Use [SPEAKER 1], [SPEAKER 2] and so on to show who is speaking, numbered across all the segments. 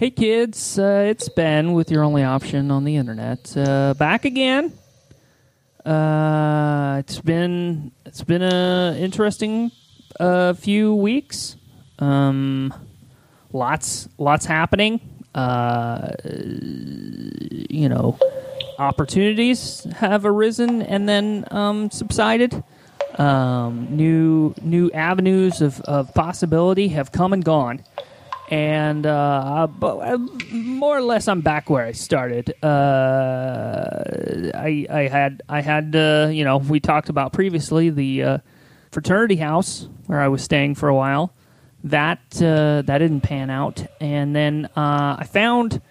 [SPEAKER 1] Hey kids, uh, it's Ben with your only option on the internet. Uh, back again. Uh, it's been it's been a interesting uh, few weeks. Um, lots lots happening. Uh, you know, opportunities have arisen and then um, subsided. Um, new new avenues of, of possibility have come and gone and uh, but uh, more or less I'm back where I started. Uh, I I had I had uh, you know we talked about previously the uh, fraternity house where I was staying for a while. That uh, that didn't pan out, and then uh, I found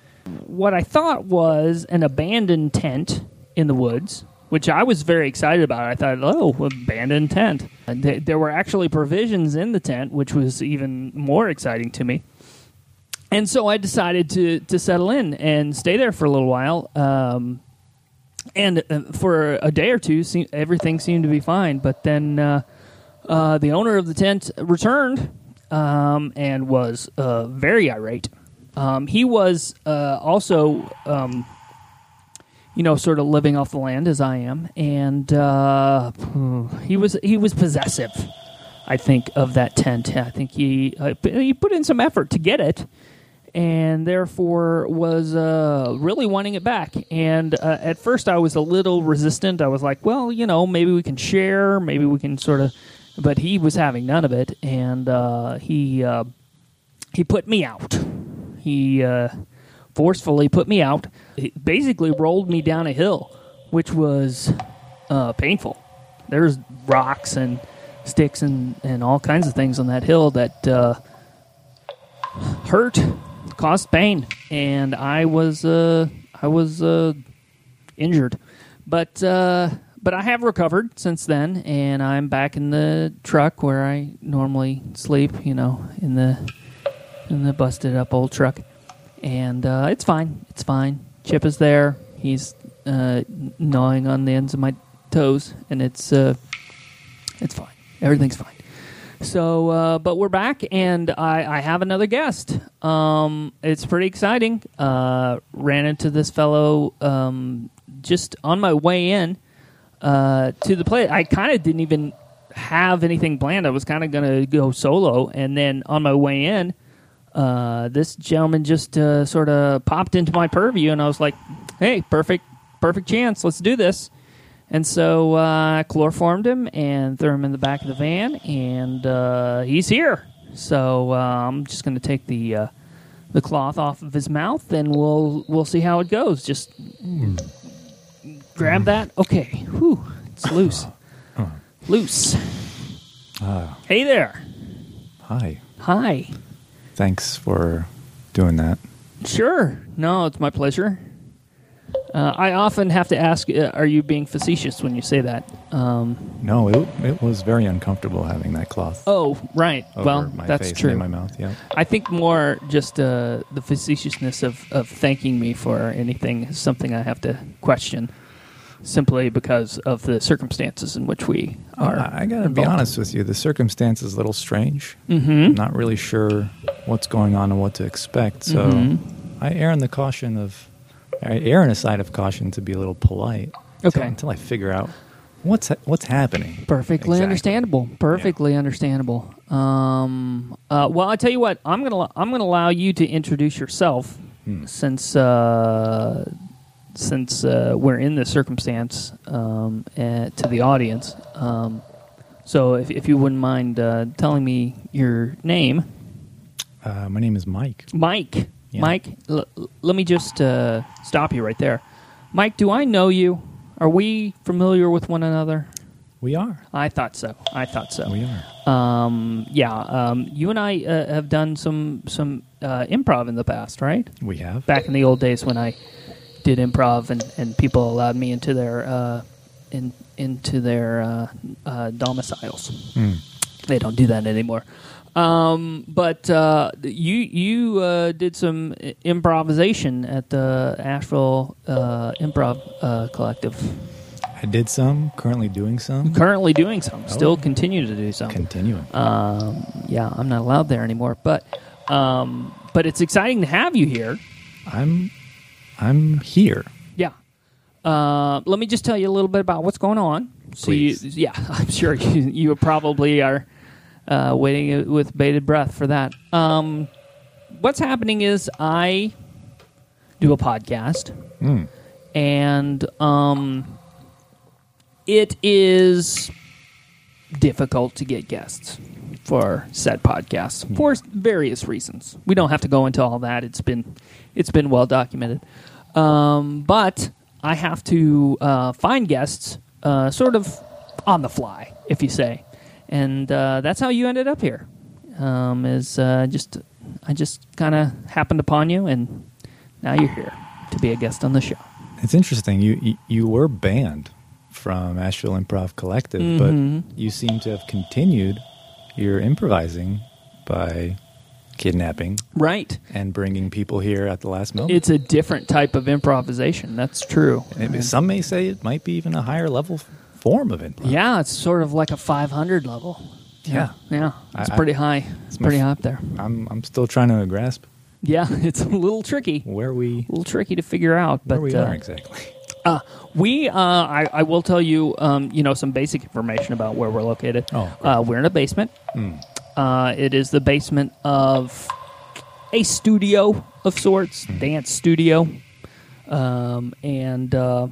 [SPEAKER 1] what I thought was an abandoned tent in the woods, which I was very excited about. I thought, oh, abandoned tent. And th- there were actually provisions in the tent, which was even more exciting to me. And so I decided to, to settle in and stay there for a little while. Um, and uh, for a day or two, se- everything seemed to be fine. But then uh, uh, the owner of the tent returned um, and was uh, very irate. Um, he was uh, also, um, you know, sort of living off the land as I am, and uh, he was he was possessive. I think of that tent. I think he uh, he put in some effort to get it, and therefore was uh, really wanting it back. And uh, at first, I was a little resistant. I was like, well, you know, maybe we can share, maybe we can sort of. But he was having none of it, and uh, he uh, he put me out. He uh, forcefully put me out. He basically rolled me down a hill, which was uh, painful. There's rocks and sticks and, and all kinds of things on that hill that uh, hurt, caused pain, and I was uh, I was uh, injured, but uh, but I have recovered since then, and I'm back in the truck where I normally sleep. You know, in the in the busted up old truck, and uh, it's fine. It's fine. Chip is there. He's uh, gnawing on the ends of my toes, and it's uh, it's fine. Everything's fine. So, uh, but we're back, and I, I have another guest. Um, it's pretty exciting. Uh, ran into this fellow um, just on my way in uh, to the play. I kind of didn't even have anything planned. I was kind of going to go solo, and then on my way in, uh, this gentleman just uh, sort of popped into my purview, and I was like, "Hey, perfect, perfect chance. Let's do this." And so uh, I chloroformed him and threw him in the back of the van, and uh, he's here. So uh, I'm just going to take the uh, the cloth off of his mouth, and we'll we'll see how it goes. Just grab that. Okay, whew, it's loose, loose. hey there.
[SPEAKER 2] Hi.
[SPEAKER 1] Hi.
[SPEAKER 2] Thanks for doing that.
[SPEAKER 1] Sure. No, it's my pleasure. Uh, I often have to ask, uh, are you being facetious when you say that? Um,
[SPEAKER 2] No, it, it was very uncomfortable having that cloth
[SPEAKER 1] oh, right.
[SPEAKER 2] over
[SPEAKER 1] well,
[SPEAKER 2] my
[SPEAKER 1] that's
[SPEAKER 2] face and
[SPEAKER 1] true.
[SPEAKER 2] in my mouth. Yeah.
[SPEAKER 1] I think more just uh, the facetiousness of, of thanking me for anything is something I have to question simply because of the circumstances in which we are.
[SPEAKER 2] I, I gotta be honest with you. The circumstance is a little strange. Mm-hmm. I'm not really sure what's going on and what to expect. So
[SPEAKER 1] Mm-hmm.
[SPEAKER 2] I err on the caution of, I err on the side of caution to be a little polite.
[SPEAKER 1] Okay.
[SPEAKER 2] Until, until I figure out what's ha- what's happening.
[SPEAKER 1] Perfectly
[SPEAKER 2] Exactly.
[SPEAKER 1] understandable. Perfectly understandable. Um, uh, well, I tell you what, I'm gonna I'm gonna allow you to introduce yourself
[SPEAKER 2] Hmm.
[SPEAKER 1] since uh, since uh, we're in this circumstance um, uh, to the audience. Um, so, if, if you wouldn't mind uh, telling me your name,
[SPEAKER 2] Uh, my name is Mike.
[SPEAKER 1] Mike.
[SPEAKER 2] Yeah.
[SPEAKER 1] Mike, l- l- let me just uh, stop you right there. Mike, do I know you? Are we familiar with one another?
[SPEAKER 2] We are.
[SPEAKER 1] I thought so. I thought so.
[SPEAKER 2] We are.
[SPEAKER 1] Um, yeah, um, you and I uh, have done some some uh, improv in the past, right?
[SPEAKER 2] We have.
[SPEAKER 1] Back in the old days when I did improv and, and people allowed me into their uh, in into their uh, uh, domiciles.
[SPEAKER 2] Hmm.
[SPEAKER 1] They don't do that anymore. Um, but uh, you you uh, did some i- improvisation at the Asheville uh, Improv uh, Collective.
[SPEAKER 2] I did some. Currently doing some.
[SPEAKER 1] Currently doing some, still
[SPEAKER 2] Okay.
[SPEAKER 1] Oh. continue to do some.
[SPEAKER 2] Continuing.
[SPEAKER 1] Um, yeah, I'm not allowed there anymore. But um, but it's exciting to have you here.
[SPEAKER 2] I'm I'm here.
[SPEAKER 1] Yeah. Uh, let me just tell you a little bit about what's going on. So you,
[SPEAKER 2] Please.
[SPEAKER 1] yeah, I'm sure you, you probably are uh, waiting with bated breath for that. Um, what's happening is I do a podcast, and um, it is difficult to get guests for said podcast for various reasons. We don't have to go into all that. It's been it's been well documented. Um, but I have to uh, find guests uh, sort of on the fly, if you say, and uh, that's how you ended up here. Um, is uh, just I just kind of happened upon you, and now you're here to be a guest on the show.
[SPEAKER 2] It's interesting. You you, you were banned from Asheville Improv Collective,
[SPEAKER 1] Mm-hmm.
[SPEAKER 2] but you seem to have continued your improvising by kidnapping
[SPEAKER 1] Right.
[SPEAKER 2] and bringing people here at the last moment.
[SPEAKER 1] It's a different type of improvisation. That's true.
[SPEAKER 2] Maybe some may say it might be even a higher level f- form of improv.
[SPEAKER 1] Yeah, it's sort of like a 500 level.
[SPEAKER 2] Yeah.
[SPEAKER 1] Yeah. It's
[SPEAKER 2] I-
[SPEAKER 1] pretty high. It's
[SPEAKER 2] It's my
[SPEAKER 1] pretty
[SPEAKER 2] f-
[SPEAKER 1] high up there.
[SPEAKER 2] I'm I'm still trying to grasp
[SPEAKER 1] Yeah, it's a little tricky. A
[SPEAKER 2] where we
[SPEAKER 1] little tricky to figure out, but
[SPEAKER 2] where we
[SPEAKER 1] uh,
[SPEAKER 2] are exactly.
[SPEAKER 1] Uh, we, uh, I, I will tell you, um, you know, some basic information about where we're located.
[SPEAKER 2] Oh, great. Hmm.
[SPEAKER 1] uh, we're in a basement. Uh, it is the basement of a studio of sorts,
[SPEAKER 2] Hmm.
[SPEAKER 1] dance studio, um, and uh,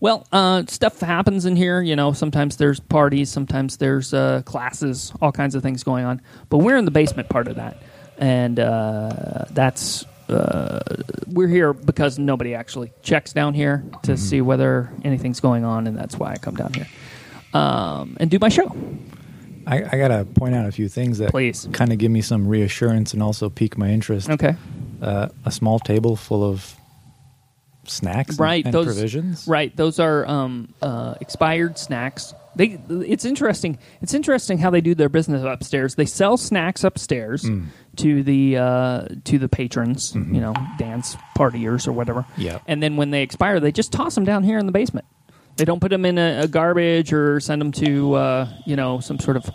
[SPEAKER 1] well, uh, stuff happens in here. You know, sometimes there's parties, sometimes there's uh, classes, all kinds of things going on. But we're in the basement part of that, and uh, that's uh, we're here because nobody actually checks down here
[SPEAKER 2] Mm-hmm.
[SPEAKER 1] to see whether anything's going on, and that's why I come down here um, and do my show.
[SPEAKER 2] I, I gotta point out a few things that
[SPEAKER 1] Please.
[SPEAKER 2] kind of give me some reassurance and also pique my interest.
[SPEAKER 1] Okay,
[SPEAKER 2] Uh, a small table full of snacks, and-
[SPEAKER 1] right?
[SPEAKER 2] And
[SPEAKER 1] those
[SPEAKER 2] provisions,
[SPEAKER 1] Right, those are um, uh, expired snacks. They, it's interesting. It's interesting how they do their business upstairs. They sell snacks upstairs to the uh, to the patrons, you know, dance partiers or whatever.
[SPEAKER 2] Yeah.
[SPEAKER 1] And then when they expire, they just toss them down here in the basement. They don't put them in a, a garbage or send them to uh, you know some sort of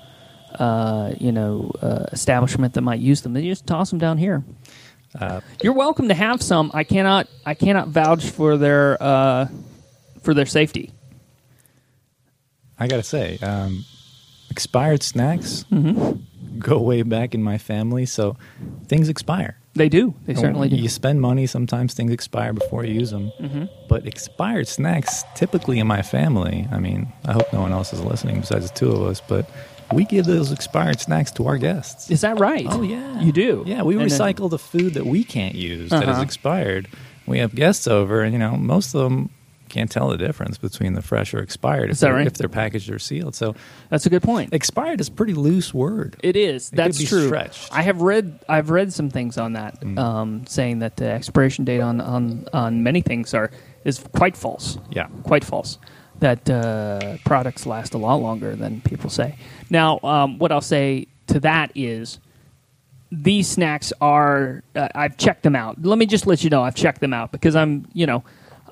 [SPEAKER 1] uh, you know uh, establishment that might use them. They just toss them down here. You're welcome to have some. I cannot. I cannot vouch for their uh, for their safety.
[SPEAKER 2] I gotta say, um, expired snacks
[SPEAKER 1] Mm-hmm.
[SPEAKER 2] go way back in my family, so things expire.
[SPEAKER 1] They do. They certainly do.
[SPEAKER 2] Oh,
[SPEAKER 1] Mm-hmm.
[SPEAKER 2] You spend money sometimes; things expire before you use them. But expired snacks, typically in my family, I mean, I hope no one else is listening besides the two of us, but we give those expired snacks to our guests.
[SPEAKER 1] Is that right?
[SPEAKER 2] Oh yeah,
[SPEAKER 1] you do.
[SPEAKER 2] Yeah, we
[SPEAKER 1] And then-
[SPEAKER 2] recycle the food that we can't use that is
[SPEAKER 1] Uh-huh.
[SPEAKER 2] expired. We have guests over, and you know most of them can't tell the difference between the fresh or expired.
[SPEAKER 1] Is
[SPEAKER 2] If
[SPEAKER 1] that
[SPEAKER 2] they're,
[SPEAKER 1] right?
[SPEAKER 2] If they're packaged or sealed, so
[SPEAKER 1] That's a good point.
[SPEAKER 2] expired is a pretty loose word.
[SPEAKER 1] It is.
[SPEAKER 2] It could
[SPEAKER 1] That's
[SPEAKER 2] be
[SPEAKER 1] true.
[SPEAKER 2] stretched.
[SPEAKER 1] I have read. I've read some things on that, um, saying that the expiration date on, on on many things are is quite false.
[SPEAKER 2] Yeah.
[SPEAKER 1] quite false. That uh, products last a lot longer than people say. Now, um, what I'll say to that is, these snacks are. Uh, I've checked them out. Let me just let you know I've checked them out because I'm. You know.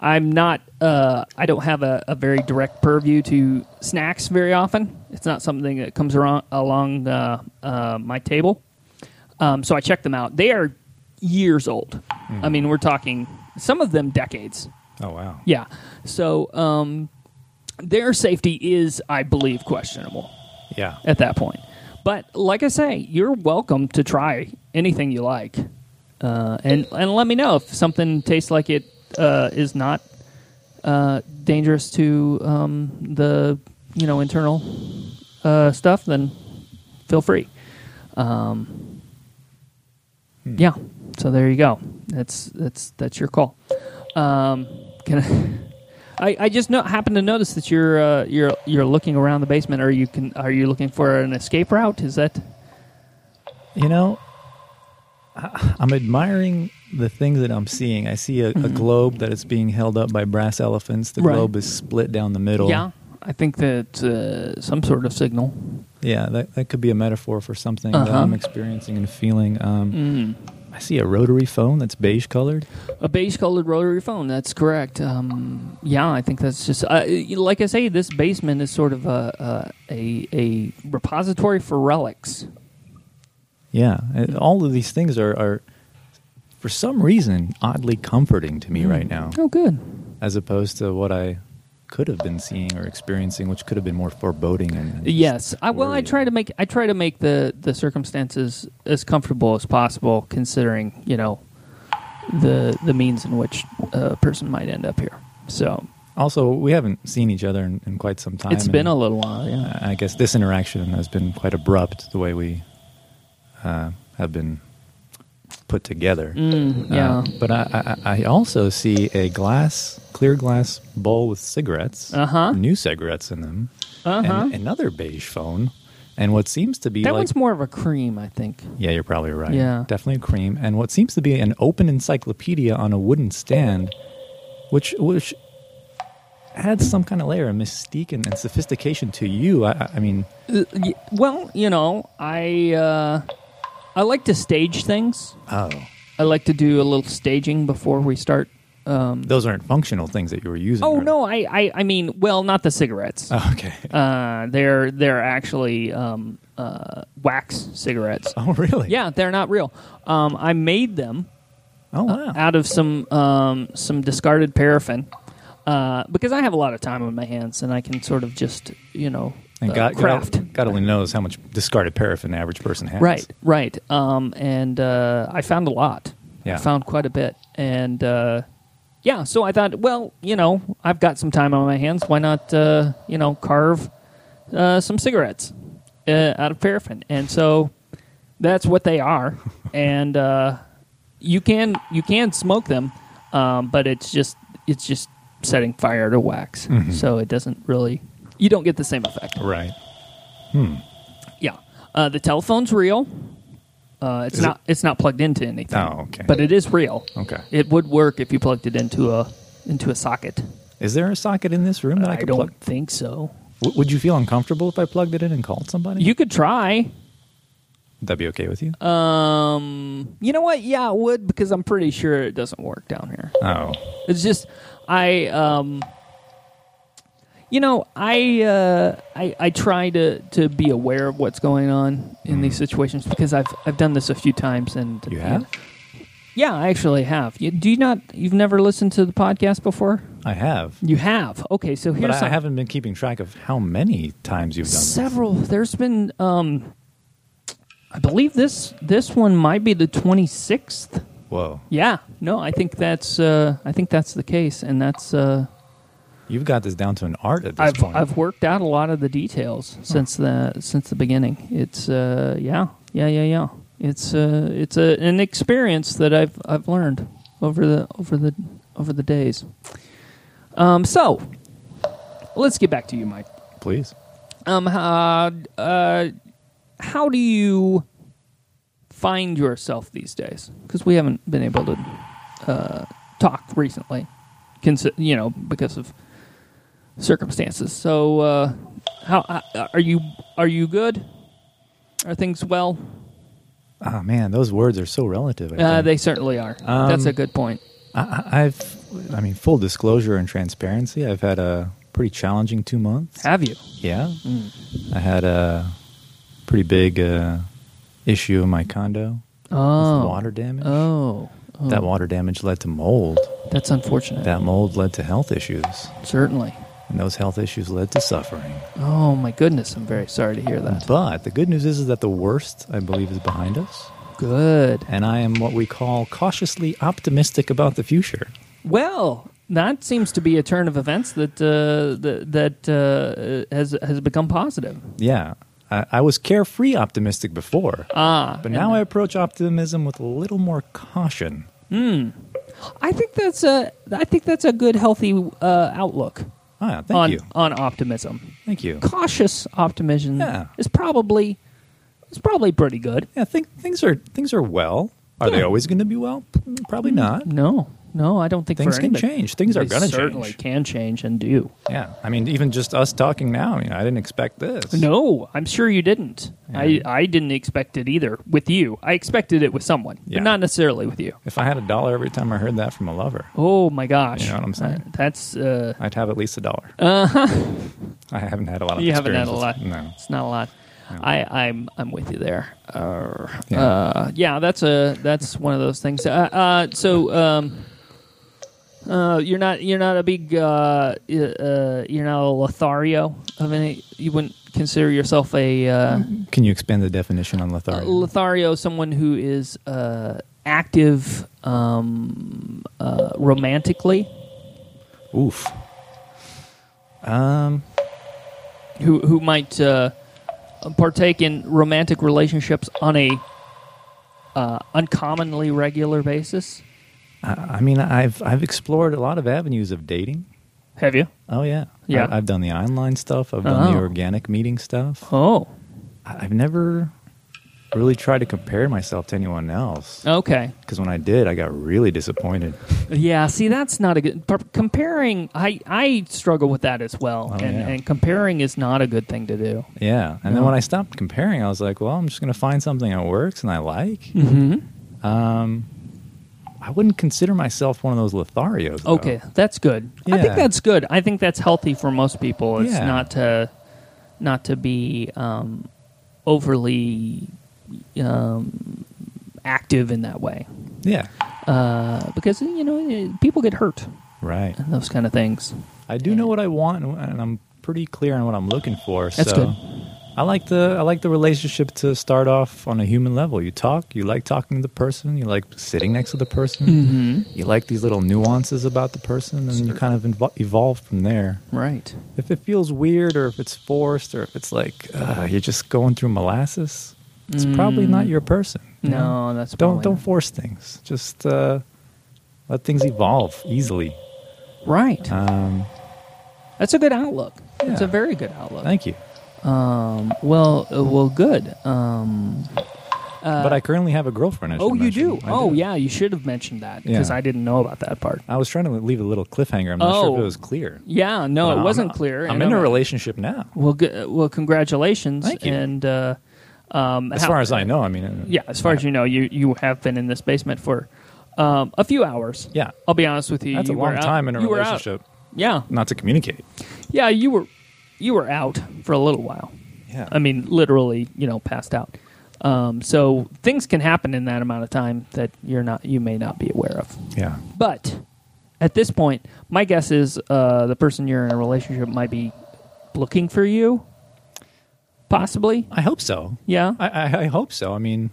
[SPEAKER 1] I'm not. Uh, I don't have a, a very direct purview to snacks very often. It's not something that comes around along uh, uh, my table. Um, so I checked them out. They are years old. I mean, we're talking some of them decades.
[SPEAKER 2] Oh wow.
[SPEAKER 1] Yeah. So um, their safety is, I believe, questionable
[SPEAKER 2] Yeah.
[SPEAKER 1] at that point. But like I say, you're welcome to try anything you like, uh, and and let me know if something tastes like it uh, is not uh, dangerous to um, the you know internal uh, stuff. Then feel free. Um, Yeah. So there you go. That's that's that's your call. Um, can I? I, I just no, happen to notice that you're uh, you're you're looking around the basement. Are you can are you looking for an escape route? Is that
[SPEAKER 2] You know, I, I'm admiring the things that I'm seeing. I see a, a globe that is being held up by brass elephants. The
[SPEAKER 1] Mm-hmm. Right.
[SPEAKER 2] globe is split down the middle.
[SPEAKER 1] yeah? I think that uh, some sort of signal.
[SPEAKER 2] Yeah, that, that could be a metaphor for something that
[SPEAKER 1] Uh-huh. Mm.
[SPEAKER 2] I'm experiencing and feeling. Um, I see a rotary phone that's beige colored.
[SPEAKER 1] A beige colored rotary phone. That's correct. Um, yeah, I think that's just uh, you- like I say. This basement uh, is sort of a a, a, a repository for relics.
[SPEAKER 2] Yeah,
[SPEAKER 1] Mm.
[SPEAKER 2] and all of these things are, are, for some reason, oddly comforting to me right now,
[SPEAKER 1] Oh, good.
[SPEAKER 2] as opposed to what I could have been seeing or experiencing, which could have been more foreboding. And, and just
[SPEAKER 1] Yes. I, well, I
[SPEAKER 2] worrying.
[SPEAKER 1] try to make I try to make the the circumstances as comfortable as possible, considering you know the the means in which a person might end up here. So
[SPEAKER 2] Also, we haven't seen each other in, in quite some time.
[SPEAKER 1] it's been a
[SPEAKER 2] and
[SPEAKER 1] little while. Yeah.
[SPEAKER 2] I I guess this interaction has been quite abrupt, the way we uh, have been put together.
[SPEAKER 1] Mm,
[SPEAKER 2] Uh,
[SPEAKER 1] yeah.
[SPEAKER 2] but I, I, I also see a glass, clear glass bowl with cigarettes,
[SPEAKER 1] Uh-huh.
[SPEAKER 2] new cigarettes in them,
[SPEAKER 1] Uh-huh.
[SPEAKER 2] and another beige phone, and what seems to be
[SPEAKER 1] that
[SPEAKER 2] like.
[SPEAKER 1] one's more of a cream, I think.
[SPEAKER 2] yeah, you're probably right.
[SPEAKER 1] Yeah.
[SPEAKER 2] definitely a cream, and what seems to be an open encyclopedia on a wooden stand, which which adds some kind of layer of mystique and, and sophistication to you. I- I, I mean,
[SPEAKER 1] Uh, y- well, you know, I uh, I like to stage things.
[SPEAKER 2] oh,
[SPEAKER 1] I like to do a little staging before we start. Um,
[SPEAKER 2] those aren't functional things that you were using.
[SPEAKER 1] oh
[SPEAKER 2] are they?
[SPEAKER 1] no, I, I I mean, well, not the cigarettes.
[SPEAKER 2] Oh, okay.
[SPEAKER 1] Uh, they're they're actually um, uh, wax cigarettes.
[SPEAKER 2] Oh really?
[SPEAKER 1] Yeah, they're not real. Um, I made them
[SPEAKER 2] Oh wow.
[SPEAKER 1] out of some um, some discarded paraffin uh, because I have a lot of time on my hands and I can sort of just you know
[SPEAKER 2] And
[SPEAKER 1] uh,
[SPEAKER 2] God,
[SPEAKER 1] craft.
[SPEAKER 2] God, God only knows how much discarded paraffin the average person has.
[SPEAKER 1] Right, right. Um, and uh, I found a lot.
[SPEAKER 2] Yeah.
[SPEAKER 1] I found quite a bit, and uh, yeah. So I thought, well, you know, I've got some time on my hands. Why not, uh, you know, carve uh, some cigarettes uh, out of paraffin? And so that's what they are. and uh, you can you can smoke them, um, but it's just it's just setting fire to wax, so it doesn't really. You don't get the same effect.
[SPEAKER 2] Right.
[SPEAKER 1] Yeah, uh, the telephone's real. Uh, it's
[SPEAKER 2] Is
[SPEAKER 1] not. It's not plugged into anything.
[SPEAKER 2] Oh, okay.
[SPEAKER 1] But it is real.
[SPEAKER 2] Okay.
[SPEAKER 1] It would work if you plugged it into a into a socket.
[SPEAKER 2] Is there a socket in this room that I
[SPEAKER 1] I
[SPEAKER 2] could
[SPEAKER 1] don't
[SPEAKER 2] plug?
[SPEAKER 1] think so.
[SPEAKER 2] W- would you feel uncomfortable if I plugged it in and called somebody?
[SPEAKER 1] You Uh, could try.
[SPEAKER 2] Would that be okay with you?
[SPEAKER 1] Um, you know what? Yeah, it would because I'm pretty sure it doesn't work down here.
[SPEAKER 2] oh.
[SPEAKER 1] It's just I um you know, I uh I, I try to to be aware of what's going on in these situations because I've I've done this a few times and
[SPEAKER 2] Mm. You have?
[SPEAKER 1] Yeah, I actually have. You, do you not you've never listened to the podcast before?
[SPEAKER 2] I have.
[SPEAKER 1] You have. Okay, so
[SPEAKER 2] But
[SPEAKER 1] here's
[SPEAKER 2] I, I
[SPEAKER 1] some-
[SPEAKER 2] haven't been keeping track of how many times you've done this.
[SPEAKER 1] several there's been um I believe this this one might be the 26th.
[SPEAKER 2] Whoa.
[SPEAKER 1] Yeah. No, I think that's uh I think that's the case and that's uh
[SPEAKER 2] You've got this down to an art at this
[SPEAKER 1] I've
[SPEAKER 2] point.
[SPEAKER 1] I've worked out a lot of the details since the since the beginning. It's uh yeah yeah yeah yeah. It's uh it's a, an experience that I've I've learned over the over the over the days. Um, so let's get back to you, Mike.
[SPEAKER 2] Please.
[SPEAKER 1] Um, uh, uh, how do you find yourself these days? Because we haven't been able to uh, talk recently, consi- you know, because of circumstances. So, uh, how uh, are you? Are you good? Are things well?
[SPEAKER 2] Oh, man, those words are so relative. I
[SPEAKER 1] Uh,
[SPEAKER 2] think.
[SPEAKER 1] they certainly are. That's a good point.
[SPEAKER 2] I, I- I've, I mean, full disclosure and transparency, I've had a pretty challenging two months.
[SPEAKER 1] Have you?
[SPEAKER 2] Yeah.
[SPEAKER 1] Mm.
[SPEAKER 2] I had a pretty big uh, issue in my condo.
[SPEAKER 1] Oh,
[SPEAKER 2] water damage.
[SPEAKER 1] Oh, oh,
[SPEAKER 2] That water damage led to mold.
[SPEAKER 1] that's unfortunate.
[SPEAKER 2] That mold led to health issues.
[SPEAKER 1] certainly.
[SPEAKER 2] And those health issues led to suffering.
[SPEAKER 1] Oh my goodness! I'm very sorry to hear that.
[SPEAKER 2] But the good news is, is that the worst, I believe, is behind us.
[SPEAKER 1] Mm. Good.
[SPEAKER 2] And I am what we call cautiously optimistic about the future.
[SPEAKER 1] Well, that seems to be a turn of events that uh, that, that uh, has has become positive.
[SPEAKER 2] Yeah. I, I was carefree optimistic before.
[SPEAKER 1] Ah,
[SPEAKER 2] but now I approach optimism with a little more caution.
[SPEAKER 1] I think that's a I think that's a good healthy uh, outlook
[SPEAKER 2] Ah, thank
[SPEAKER 1] on
[SPEAKER 2] you.
[SPEAKER 1] on optimism.
[SPEAKER 2] Thank you.
[SPEAKER 1] Cautious optimism
[SPEAKER 2] Yeah.
[SPEAKER 1] is probably is probably pretty good.
[SPEAKER 2] Yeah, think, things are things are well. Are they
[SPEAKER 1] Yeah.
[SPEAKER 2] always going to be well? P- Probably not.
[SPEAKER 1] No, no, I don't think
[SPEAKER 2] Things
[SPEAKER 1] for
[SPEAKER 2] can
[SPEAKER 1] anybody-
[SPEAKER 2] change. Things are
[SPEAKER 1] They
[SPEAKER 2] gonna
[SPEAKER 1] certainly
[SPEAKER 2] change.
[SPEAKER 1] can change and do.
[SPEAKER 2] Yeah, I mean, even just us talking now, you know, I didn't expect this.
[SPEAKER 1] No, I'm sure you didn't. I,
[SPEAKER 2] Yeah.
[SPEAKER 1] I didn't expect it either with you. I expected it with someone,
[SPEAKER 2] Yeah.
[SPEAKER 1] but not necessarily with you.
[SPEAKER 2] If I had a dollar every time I heard that from a lover,
[SPEAKER 1] Oh my gosh!
[SPEAKER 2] You know what I'm saying?
[SPEAKER 1] Uh, that's uh,
[SPEAKER 2] I'd have at least a dollar. I haven't had a lot of.
[SPEAKER 1] Uh-huh. you haven't had a lot.
[SPEAKER 2] experiences.
[SPEAKER 1] It's not a lot. I, I'm I'm with you there. Uh,
[SPEAKER 2] Yeah.
[SPEAKER 1] uh, yeah, that's a that's one of those things. Uh, uh, so um, uh, you're not you're not a big uh, uh, you're not a Lothario of any. You wouldn't consider yourself a uh,
[SPEAKER 2] Can you expand the definition on
[SPEAKER 1] uh,
[SPEAKER 2] Lothario?
[SPEAKER 1] Lothario, someone who is uh, active um, uh, romantically,
[SPEAKER 2] Oof. Um,
[SPEAKER 1] who who might uh, partake in romantic relationships on a uh, uncommonly regular basis.
[SPEAKER 2] I, I mean, I've I've explored a lot of avenues of dating.
[SPEAKER 1] Have you?
[SPEAKER 2] Oh yeah,
[SPEAKER 1] Yeah.
[SPEAKER 2] I, have done the online stuff. I've done the
[SPEAKER 1] Oh.
[SPEAKER 2] organic meeting stuff.
[SPEAKER 1] Oh,
[SPEAKER 2] I- I've never really tried to compare myself to anyone else
[SPEAKER 1] okay.
[SPEAKER 2] because when I did, I got really disappointed.
[SPEAKER 1] Yeah, see, that's not a good p- comparing. I I struggle with that as well,
[SPEAKER 2] Oh,
[SPEAKER 1] and
[SPEAKER 2] yeah.
[SPEAKER 1] and comparing is not a good thing to do.
[SPEAKER 2] Yeah, and then
[SPEAKER 1] Yeah.
[SPEAKER 2] when I stopped comparing, I was like, well, I'm just going to find something that works and I like.
[SPEAKER 1] Mm-hmm.
[SPEAKER 2] Um, I wouldn't consider myself one of those Lotharios. though.
[SPEAKER 1] Okay, that's good. I think
[SPEAKER 2] Oh. Yeah.
[SPEAKER 1] that's good. I think that's healthy for most people. It's
[SPEAKER 2] Yeah.
[SPEAKER 1] not to not to be um, overly um, active in that way,
[SPEAKER 2] Yeah.
[SPEAKER 1] uh, because you know eh, people get hurt
[SPEAKER 2] Right.
[SPEAKER 1] and those kind of things.
[SPEAKER 2] I do know what I want, and- and I'm pretty clear on what I'm looking for.
[SPEAKER 1] That's
[SPEAKER 2] so
[SPEAKER 1] good.
[SPEAKER 2] I like the I like the relationship to start off on a human level. You talk, you like talking to the person, you like sitting next to the person,
[SPEAKER 1] Mm-hmm.
[SPEAKER 2] you like these little nuances about the person, and you kind of invo- evolve from there.
[SPEAKER 1] Right.
[SPEAKER 2] If it feels weird, or if it's forced, or if it's like uh, you're just going through molasses, it's probably not your person. you know?
[SPEAKER 1] Mm. No, that's
[SPEAKER 2] don't
[SPEAKER 1] probably
[SPEAKER 2] don't
[SPEAKER 1] not-
[SPEAKER 2] force things. Just uh, let things evolve easily.
[SPEAKER 1] Right.
[SPEAKER 2] Um,
[SPEAKER 1] that's a good outlook. It's a
[SPEAKER 2] yeah.
[SPEAKER 1] very good outlook.
[SPEAKER 2] thank you.
[SPEAKER 1] Um, well, uh, well, good. Um,
[SPEAKER 2] but I currently have a girlfriend. I should
[SPEAKER 1] oh, you do.
[SPEAKER 2] mention. I
[SPEAKER 1] Oh, yeah. You should have mentioned that because
[SPEAKER 2] Yeah.
[SPEAKER 1] I didn't know about that part.
[SPEAKER 2] I was trying to leave a little cliffhanger. I'm not sure
[SPEAKER 1] Oh.
[SPEAKER 2] if it was clear.
[SPEAKER 1] Yeah, no,
[SPEAKER 2] But
[SPEAKER 1] it
[SPEAKER 2] I'm-
[SPEAKER 1] wasn't clear.
[SPEAKER 2] I'm
[SPEAKER 1] and
[SPEAKER 2] in a relationship now.
[SPEAKER 1] Well, good, well, congratulations.
[SPEAKER 2] Thank you.
[SPEAKER 1] And uh, um,
[SPEAKER 2] As
[SPEAKER 1] how-
[SPEAKER 2] far as I know, I mean, uh,
[SPEAKER 1] yeah, as far as you know, you you have been in this basement for um, a few hours.
[SPEAKER 2] yeah,
[SPEAKER 1] I'll be honest with you.
[SPEAKER 2] that's
[SPEAKER 1] you
[SPEAKER 2] a
[SPEAKER 1] were
[SPEAKER 2] long
[SPEAKER 1] out-
[SPEAKER 2] time in a
[SPEAKER 1] you were out.
[SPEAKER 2] relationship
[SPEAKER 1] Yeah,
[SPEAKER 2] not to communicate.
[SPEAKER 1] yeah, you were you were out for a little while.
[SPEAKER 2] Yeah,
[SPEAKER 1] I mean, literally, you know, passed out. Um, so things can happen in that amount of time that you're not you may not be aware of.
[SPEAKER 2] yeah,
[SPEAKER 1] But at this point, my guess is uh, the person you're in a relationship might be looking for you, possibly.
[SPEAKER 2] I hope so.
[SPEAKER 1] Yeah.
[SPEAKER 2] I, I, I hope so. I mean,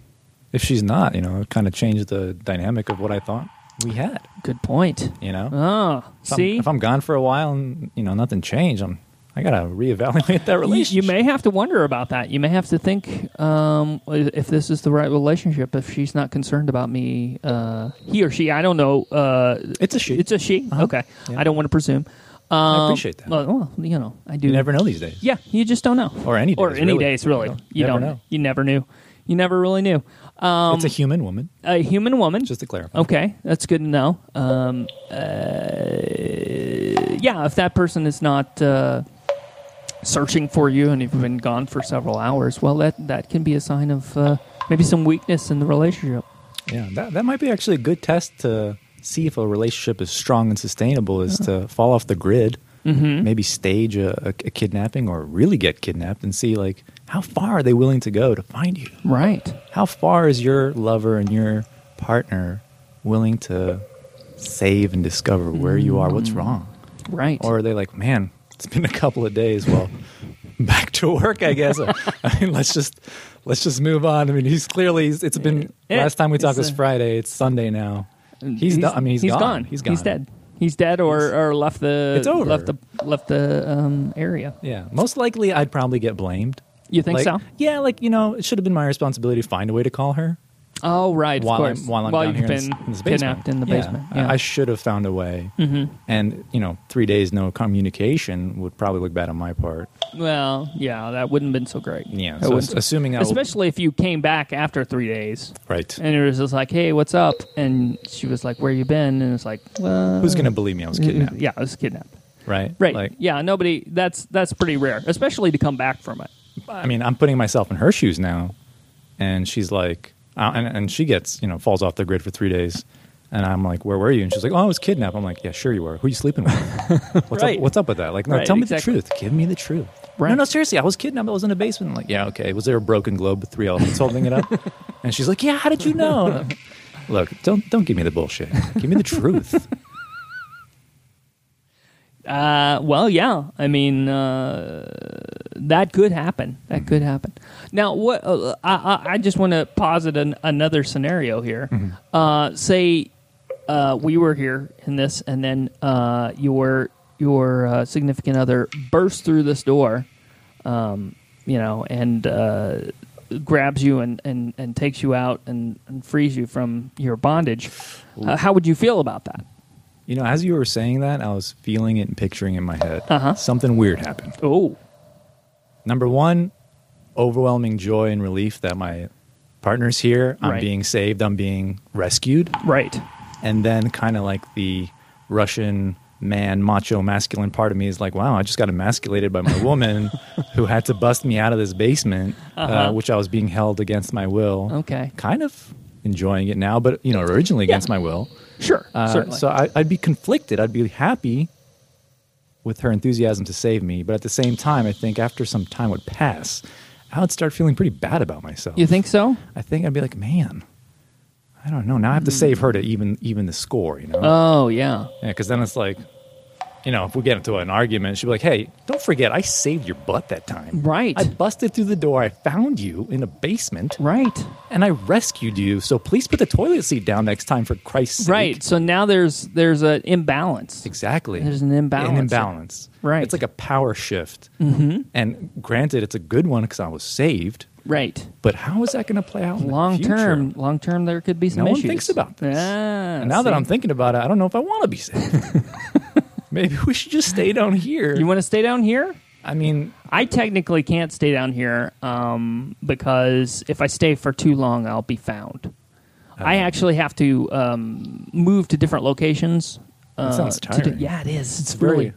[SPEAKER 2] if she's not, you know, it kind of changed the dynamic of what I thought we had.
[SPEAKER 1] Good point.
[SPEAKER 2] You know,
[SPEAKER 1] Ah,
[SPEAKER 2] If I'm-
[SPEAKER 1] see,
[SPEAKER 2] if I'm gone for a while and you know nothing changed, I'm I gotta reevaluate that
[SPEAKER 1] you, you
[SPEAKER 2] relationship.
[SPEAKER 1] may have to wonder about that. You may have to think um, if this is the right relationship. If she's not concerned about me, uh, he or she, I don't know. Uh,
[SPEAKER 2] It's a she.
[SPEAKER 1] It's a she. Okay,
[SPEAKER 2] Uh-huh. Yeah.
[SPEAKER 1] I don't want to presume. Um,
[SPEAKER 2] appreciate that.
[SPEAKER 1] Well, well, you know, I do.
[SPEAKER 2] you never know these days.
[SPEAKER 1] Yeah, you just don't know.
[SPEAKER 2] Or any
[SPEAKER 1] or
[SPEAKER 2] days,
[SPEAKER 1] any
[SPEAKER 2] really.
[SPEAKER 1] days, really.
[SPEAKER 2] You know,
[SPEAKER 1] You
[SPEAKER 2] never
[SPEAKER 1] don't
[SPEAKER 2] know.
[SPEAKER 1] You never knew. You never really knew. Um,
[SPEAKER 2] it's a human woman.
[SPEAKER 1] a human woman.
[SPEAKER 2] Just to clarify.
[SPEAKER 1] Okay, that's good to know. Um, uh, yeah, if that person is not uh, searching for you and you've been gone for several hours, well, that that can be a sign of uh, maybe some weakness in the relationship.
[SPEAKER 2] Yeah, that that might be actually a good test to see if a relationship is strong and sustainable is to fall off the grid, maybe stage a, a, a kidnapping or really get kidnapped and see like how far are they willing to go to find you?
[SPEAKER 1] Right.
[SPEAKER 2] How far is your lover and your partner willing to save and discover where you are, what's wrong?
[SPEAKER 1] Right.
[SPEAKER 2] Or are they like, man, it's been a couple of days. Well, back to work, I guess. I mean, let's just let's just move on. I mean, he's clearly it's been
[SPEAKER 1] Yeah.
[SPEAKER 2] last time we talked
[SPEAKER 1] It's,
[SPEAKER 2] was
[SPEAKER 1] uh,
[SPEAKER 2] Friday. It's Sunday now. He's, do- I mean,
[SPEAKER 1] he's
[SPEAKER 2] gone.
[SPEAKER 1] gone.
[SPEAKER 2] He's gone.
[SPEAKER 1] He's dead. He's dead, or, or left the
[SPEAKER 2] It's over.
[SPEAKER 1] left the left the um, area.
[SPEAKER 2] Yeah. Most likely, I'd probably get blamed.
[SPEAKER 1] You think
[SPEAKER 2] Like-
[SPEAKER 1] so?
[SPEAKER 2] Yeah. Like you know, it should have been my responsibility to find a way to call her
[SPEAKER 1] Oh, right.
[SPEAKER 2] while
[SPEAKER 1] of course.
[SPEAKER 2] I'm while I'm down
[SPEAKER 1] you've
[SPEAKER 2] here in
[SPEAKER 1] been
[SPEAKER 2] this- in this basement.
[SPEAKER 1] kidnapped in the
[SPEAKER 2] Yeah.
[SPEAKER 1] basement.
[SPEAKER 2] I-
[SPEAKER 1] Yeah. Mm-hmm.
[SPEAKER 2] I, should have found a way. And you know, three days no communication would probably look bad on my part.
[SPEAKER 1] Well, yeah, that wouldn't have been so great.
[SPEAKER 2] Yeah.
[SPEAKER 1] That
[SPEAKER 2] So
[SPEAKER 1] wouldn't-
[SPEAKER 2] assuming I will-
[SPEAKER 1] especially if you came back after three days
[SPEAKER 2] right.
[SPEAKER 1] and it was just like, "Hey, what's up?" And she was like, "Where you been?" And it's like, "Well,
[SPEAKER 2] Who's gonna believe me? I was kidnapped.
[SPEAKER 1] Yeah, I was kidnapped.
[SPEAKER 2] Right.
[SPEAKER 1] Mm-hmm. Right.
[SPEAKER 2] Like,
[SPEAKER 1] yeah. Nobody. That's that's pretty rare, especially to come back from it.
[SPEAKER 2] I mean, I'm putting myself in her shoes now, and she's like, uh, and, and she gets, you know, falls off the grid for three days, and I'm like, where were you? And she's like, oh, I was kidnapped. I'm like, yeah, sure you were. Who you sleeping with? What's
[SPEAKER 1] Right.
[SPEAKER 2] up? What's up with that? Like, no,
[SPEAKER 1] Right,
[SPEAKER 2] tell me
[SPEAKER 1] exactly.
[SPEAKER 2] the truth. Give me the truth.
[SPEAKER 1] Brent.
[SPEAKER 2] No, no, seriously, I was kidnapped. I was in a basement. I'm like, yeah, okay. Was there a broken globe with three elephants holding it up? And she's like, yeah. How did you know? And I'm like, Look, don't don't give me the bullshit. Give me the truth.
[SPEAKER 1] Uh, well, yeah. I mean, uh, that could happen. That
[SPEAKER 2] Mm-hmm.
[SPEAKER 1] could happen. Now, what uh, I, I, I just want to posit an, another scenario here.
[SPEAKER 2] Mm-hmm.
[SPEAKER 1] Uh, say uh, we were here in this, and then uh, your your uh, significant other bursts through this door, um, you know, and uh, grabs you and, and, and takes you out and, and frees you from your bondage. Uh, how would you feel about that?
[SPEAKER 2] You know, as you were saying that, I was feeling it and picturing in my head.
[SPEAKER 1] Uh-huh.
[SPEAKER 2] Something weird happened.
[SPEAKER 1] Oh,
[SPEAKER 2] Number one, overwhelming joy and relief that my partner's here. I'm
[SPEAKER 1] Right.
[SPEAKER 2] being saved. I'm being rescued.
[SPEAKER 1] right.
[SPEAKER 2] And then kind of like the Russian man, macho, masculine part of me is like, wow, I just got emasculated by my woman who had to bust me out of this basement, uh
[SPEAKER 1] Uh-huh.
[SPEAKER 2] which I was being held against my will.
[SPEAKER 1] Okay.
[SPEAKER 2] Kind of enjoying it now, but, you know, originally against my will.
[SPEAKER 1] Sure.
[SPEAKER 2] Uh,
[SPEAKER 1] certainly.
[SPEAKER 2] So I, I'd be conflicted. I'd be happy with her enthusiasm to save me, but at the same time, I think after some time would pass, I would start feeling pretty bad about myself.
[SPEAKER 1] you think so?
[SPEAKER 2] I think I'd be like, man, I don't know. Now I have to
[SPEAKER 1] Hmm.
[SPEAKER 2] save her to even even the score, you know?
[SPEAKER 1] Oh yeah.
[SPEAKER 2] yeah, because then it's like, you know, if we get into an argument, she'd be like, hey, don't forget, I saved your butt that time.
[SPEAKER 1] Right.
[SPEAKER 2] I busted through the door. I found you in a basement,
[SPEAKER 1] Right.
[SPEAKER 2] and I rescued you. So please put the toilet seat down next time, for Christ's sake.
[SPEAKER 1] Right. So now there's there's an imbalance.
[SPEAKER 2] Exactly.
[SPEAKER 1] There's an imbalance.
[SPEAKER 2] An imbalance.
[SPEAKER 1] Right. Mm-hmm.
[SPEAKER 2] It's like a power shift. And granted, it's a good one because I was saved,
[SPEAKER 1] Right.
[SPEAKER 2] but how is that going to play out in the
[SPEAKER 1] Long
[SPEAKER 2] future?
[SPEAKER 1] term, long term, there could be some
[SPEAKER 2] No one
[SPEAKER 1] issues.
[SPEAKER 2] thinks about this.
[SPEAKER 1] Ah,
[SPEAKER 2] And now that
[SPEAKER 1] see.
[SPEAKER 2] I'm thinking about it, I don't know if I want to be saved. Maybe we should just stay down here.
[SPEAKER 1] you want to stay down here?
[SPEAKER 2] I mean,
[SPEAKER 1] I technically can't stay down here um, because if I stay for too long, I'll be found. I
[SPEAKER 2] Uh.
[SPEAKER 1] actually have to um, move to different locations. Uh,
[SPEAKER 2] sounds
[SPEAKER 1] to do-
[SPEAKER 2] tiring.
[SPEAKER 1] yeah, it is. It's,
[SPEAKER 2] very
[SPEAKER 1] really